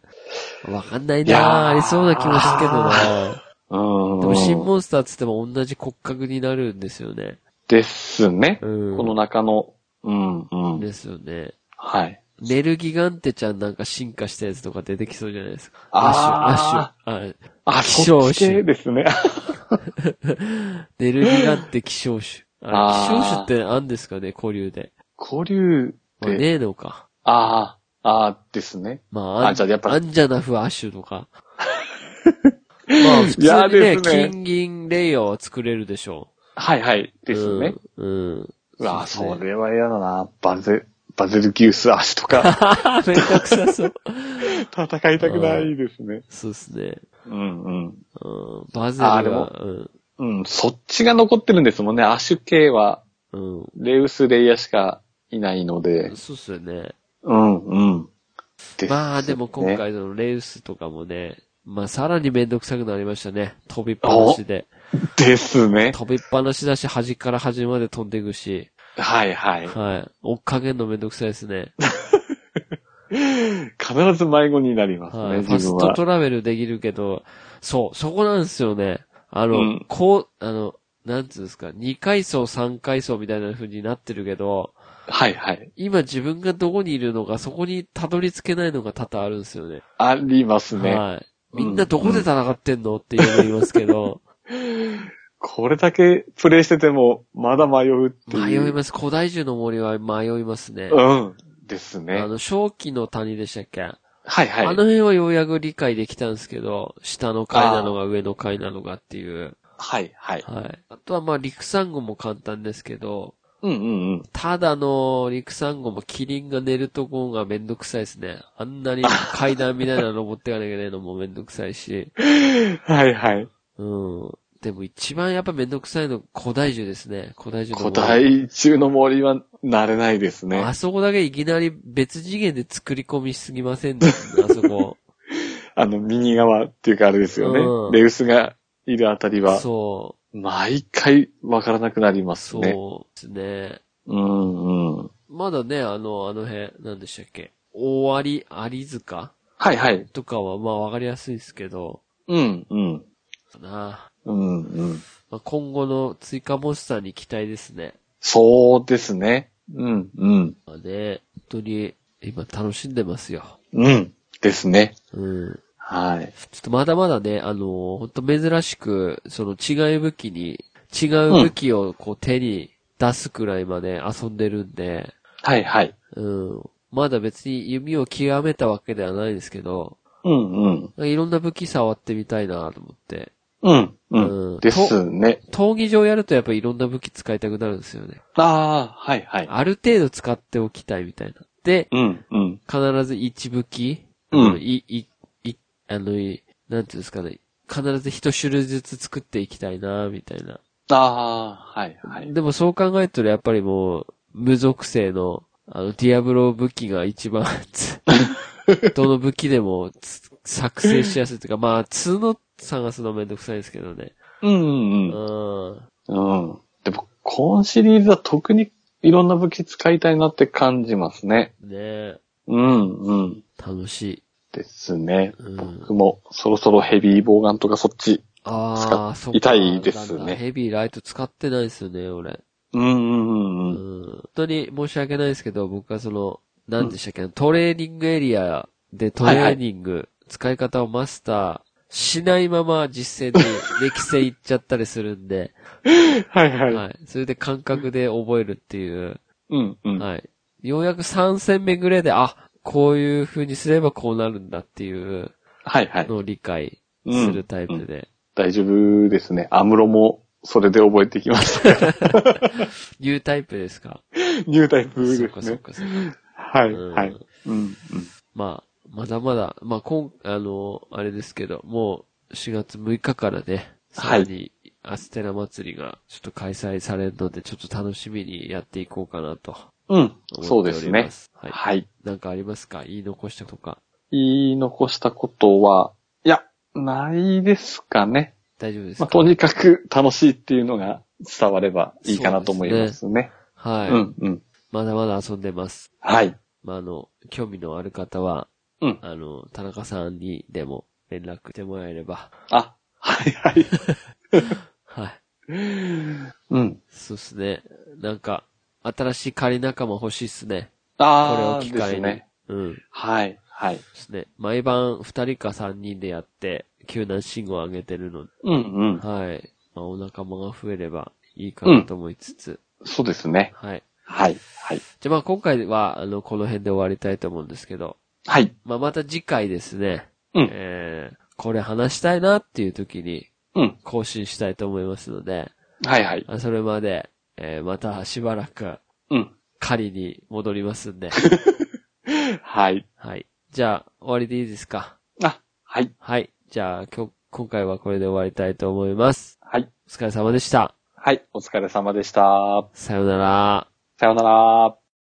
Speaker 1: わかんない
Speaker 2: いや
Speaker 1: な
Speaker 2: ー
Speaker 1: ありそうな気もするけどな
Speaker 2: うん。
Speaker 1: でも新モンスターっつっても同じ骨格になるんですよね。
Speaker 2: ですね。
Speaker 1: うん。
Speaker 2: この中の。うんうん。
Speaker 1: ですよね。
Speaker 2: はい。
Speaker 1: ネルギガンテちゃんなんか進化したやつとか出てきそうじゃないですか。
Speaker 2: あ
Speaker 1: アッシュ、アッシュ。
Speaker 2: あ、あ、
Speaker 1: 希少種
Speaker 2: そっち系ですね。
Speaker 1: あ <laughs> ネルギガンテ希少種。あれ
Speaker 2: あー
Speaker 1: 希少種ってあんですかね古流で。
Speaker 2: 古流
Speaker 1: まあ、
Speaker 2: で、
Speaker 1: ねえのか。
Speaker 2: ああ、ああですね。
Speaker 1: まあ、アン
Speaker 2: あじゃあやっぱ
Speaker 1: アンジャナフアッシュと
Speaker 2: <laughs>
Speaker 1: か。まあ、普
Speaker 2: いや
Speaker 1: 通にね
Speaker 2: ですね
Speaker 1: 金銀レイヤーは作れるでしょ
Speaker 2: はいはい。
Speaker 1: う。
Speaker 2: ですね。
Speaker 1: うん。うん。
Speaker 2: うわ、そ
Speaker 1: ね。
Speaker 2: れは嫌だな。バゼ、バゼルギウス足
Speaker 1: <laughs>
Speaker 2: とか
Speaker 1: めんどくさそう。 <laughs>
Speaker 2: 戦いたくないですね。
Speaker 1: そうですね。
Speaker 2: うんう
Speaker 1: う
Speaker 2: ん。
Speaker 1: ん。バゼル
Speaker 2: あでも
Speaker 1: は、うん。
Speaker 2: うん、そっちが残ってるんですもんね。アシュ系は、
Speaker 1: う
Speaker 2: レウス、レイヤーしかいないので
Speaker 1: ん。。そうっすよね。
Speaker 2: うん、うん。す
Speaker 1: まあ、でも今。回のレウスとかもね、まあ、さらにめんどくさくなりましたね。飛びっぱなしで。
Speaker 2: ですね。
Speaker 1: 飛びっぱなしだし、端から端まで飛んでいくし。
Speaker 2: はいはい。
Speaker 1: はい。追っかけんのめんどくさいですね。
Speaker 2: 必ず迷子になります
Speaker 1: は
Speaker 2: ね、
Speaker 1: い、ファ
Speaker 2: 自
Speaker 1: ス
Speaker 2: 分
Speaker 1: ト
Speaker 2: は。
Speaker 1: トラベルできるけど、そう、そこなんですよね。あの、
Speaker 2: うん
Speaker 1: こう、あの、なんつうんですか、二階層、三階層みたいな風になってるけど、
Speaker 2: はいはい。
Speaker 1: 今自分がどこにいるのか、そこにたどり着けないのが多々あるんですよね。
Speaker 2: ありますね。
Speaker 1: はい。みんなどこで戦ってんのっていうの言いますけど、
Speaker 2: これだけプレイしてても、まだ迷 <laughs> うって
Speaker 1: 迷
Speaker 2: いう。
Speaker 1: います。古代獣の森は迷いますね。
Speaker 2: うん。です
Speaker 1: あ
Speaker 2: ね。
Speaker 1: の、正気の谷でしたっけ、
Speaker 2: はい
Speaker 1: あ
Speaker 2: は
Speaker 1: の
Speaker 2: い。
Speaker 1: 辺はようやく理解できたんですけど、下の階なのが上の階なのかっていう。
Speaker 2: はいはい。
Speaker 1: はい。あとはまあ、陸サンゴも簡単ですけど、
Speaker 2: うんうんうん。
Speaker 1: ただの陸サンゴもキリンが寝るとこがめんどくさいですね。あんなに階段みたいなの登っていかなきゃいけないのもめんどくさいし。
Speaker 2: はいはい。
Speaker 1: うん。でも一番やっぱめんどくさいの古代獣ですね。古代獣
Speaker 2: 古
Speaker 1: の森。
Speaker 2: 代中の森は慣れないですね
Speaker 1: あ。そこだけいきなり別次元で作り込みしすぎませんで、ね、あそこ。
Speaker 2: <laughs> あの、右側っていうかあれですよね。
Speaker 1: うん
Speaker 2: レウスがいるあたりは、
Speaker 1: そ
Speaker 2: 毎回わからなくなりま
Speaker 1: う。
Speaker 2: す
Speaker 1: そう
Speaker 2: ね。
Speaker 1: ですね。
Speaker 2: うんうん。
Speaker 1: まだね、あの、あの辺、なんでしたっけ。大あり、あり塚
Speaker 2: はいはい。
Speaker 1: とかはまあわかりやすいですけど、
Speaker 2: うんうん。
Speaker 1: かな。
Speaker 2: うんうん。
Speaker 1: まあ、今後の追加モンスターに期待ですね。
Speaker 2: そうですね。うんうん。
Speaker 1: まあね、本当に今楽しんでますよ。
Speaker 2: うん。ですね。
Speaker 1: うん。
Speaker 2: はい。
Speaker 1: ちょっとまだまだね、あのー、本当珍しく、その違う武器に、違う武器をこう手に出すくらいまで遊んでるんで、
Speaker 2: はいはい。
Speaker 1: うん。まだ別に弓を極めたわけではないですけど、
Speaker 2: うんうん。
Speaker 1: いろんな武器触ってみたいなと思って。
Speaker 2: うん
Speaker 1: う
Speaker 2: うんん。ですね。
Speaker 1: 闘技場やるとやっぱいろんな武器使いたくなるんですよね。
Speaker 2: ああ、はいはい。
Speaker 1: ある程度使っておきたいみたいな。で、
Speaker 2: うんうん。
Speaker 1: 必ず一武器、
Speaker 2: うん
Speaker 1: い、い、い、あの、いなんていうんですかね。必ず一種類ずつ作っていきたいなみたいな。
Speaker 2: ああ、はいはい。
Speaker 1: でもそう考えたらやっぱりもう、無属性の、あの、ディアブロ武器が一番つ、どの武器でもつ作成しやすいというか、まあ、通の探すのめんどくさいですけどね。
Speaker 2: うんうん
Speaker 1: うん。
Speaker 2: うん。うん。でも、このシリーズは特にいろんな武器使いたいなって感じますね。
Speaker 1: ねえ
Speaker 2: うんうん。
Speaker 1: 楽しい。
Speaker 2: ですね。
Speaker 1: うん
Speaker 2: 僕もそろそろヘビーボウガンとかそっち。
Speaker 1: あ
Speaker 2: 使
Speaker 1: あ、
Speaker 2: っ
Speaker 1: そう
Speaker 2: 痛いですね
Speaker 1: なんだヘビーライト使ってないですよね、俺。
Speaker 2: うんう
Speaker 1: う。
Speaker 2: んうんん
Speaker 1: 本当に申し訳ないですけど、僕はその、何でしたっけ、トレーニングエリアでトレーニング、使い方をマスターしないまま実践に歴戦行っちゃったりするんで、
Speaker 2: うん。はいは。
Speaker 1: はいい。それで感覚で覚えるっていう、
Speaker 2: うんうん。
Speaker 1: はい。ようやく3戦目ぐらいで、あ、こういう風にすればこうなるんだっていう
Speaker 2: はいはい
Speaker 1: の。を理解するタイプで。
Speaker 2: 大丈夫ですね。アムロもそれで覚えてきました。
Speaker 1: ニュータイプですか
Speaker 2: <laughs> ニュータイプ
Speaker 1: そっ
Speaker 2: で
Speaker 1: か
Speaker 2: す
Speaker 1: そっ
Speaker 2: ね。
Speaker 1: かそっか。
Speaker 2: はい、
Speaker 1: うん
Speaker 2: はい。うん、
Speaker 1: まあ、まだまだ、まあ、こん、あの、あれですけど、もう4月6日からね、さ
Speaker 2: は
Speaker 1: ら
Speaker 2: い
Speaker 1: にアステラ祭りがちょっと開催されるので、ちょっと楽しみにやっていこうかなと
Speaker 2: うん。うん、そ
Speaker 1: 思
Speaker 2: う
Speaker 1: って
Speaker 2: で
Speaker 1: お
Speaker 2: す
Speaker 1: りま
Speaker 2: ね。
Speaker 1: す。はい。
Speaker 2: はい。
Speaker 1: なんかありますか言い残したとか。
Speaker 2: 言い残したことは、いや、ないですかね。
Speaker 1: 大丈夫です
Speaker 2: まあ、
Speaker 1: か、
Speaker 2: とにかく楽しいっていうのが伝わればいいかなと思いますね。
Speaker 1: はい、
Speaker 2: うん、うん。
Speaker 1: まだまだ遊んでます。
Speaker 2: はい。
Speaker 1: まあ、あの、興味のある方は、
Speaker 2: うん
Speaker 1: あの、田中さんにでも連絡してもらえれば、
Speaker 2: あ、はい、はい。
Speaker 1: はい。
Speaker 2: <laughs> うん。
Speaker 1: そうっすね。なんか、新しい仮仲間欲しいっすね。これ
Speaker 2: あ
Speaker 1: を
Speaker 2: あ、
Speaker 1: 機
Speaker 2: で
Speaker 1: 会
Speaker 2: す
Speaker 1: に。
Speaker 2: ね。
Speaker 1: うん。で
Speaker 2: はい、はい。
Speaker 1: すね。毎晩二人か三人でやって、救難信号を上げてるので、
Speaker 2: うん、うん。
Speaker 1: はい。まあ、お仲間が増えればいいかなと思いつつ、
Speaker 2: そうですね。
Speaker 1: はい。
Speaker 2: はい、はい。
Speaker 1: じゃあまあ今回は、あの、この辺で終わりたいと思うんですけど、
Speaker 2: はい。
Speaker 1: まあまた次回ですね、
Speaker 2: うん
Speaker 1: えー、これ話したいなっていう時に
Speaker 2: うん。
Speaker 1: 更新したいと思いますので、
Speaker 2: はい、はい。
Speaker 1: あそれまで、えー、またしばらく
Speaker 2: うん。
Speaker 1: 狩りに戻りますんで、
Speaker 2: はい。
Speaker 1: はい。じゃあ、終わりでいいですか
Speaker 2: あ、はい、
Speaker 1: はい。じゃあ、今日、今回はこれで終わりたいと思います。
Speaker 2: はい。
Speaker 1: お疲れ様でした。
Speaker 2: はい、お疲れ様でした。
Speaker 1: さようなら。
Speaker 2: さようなら。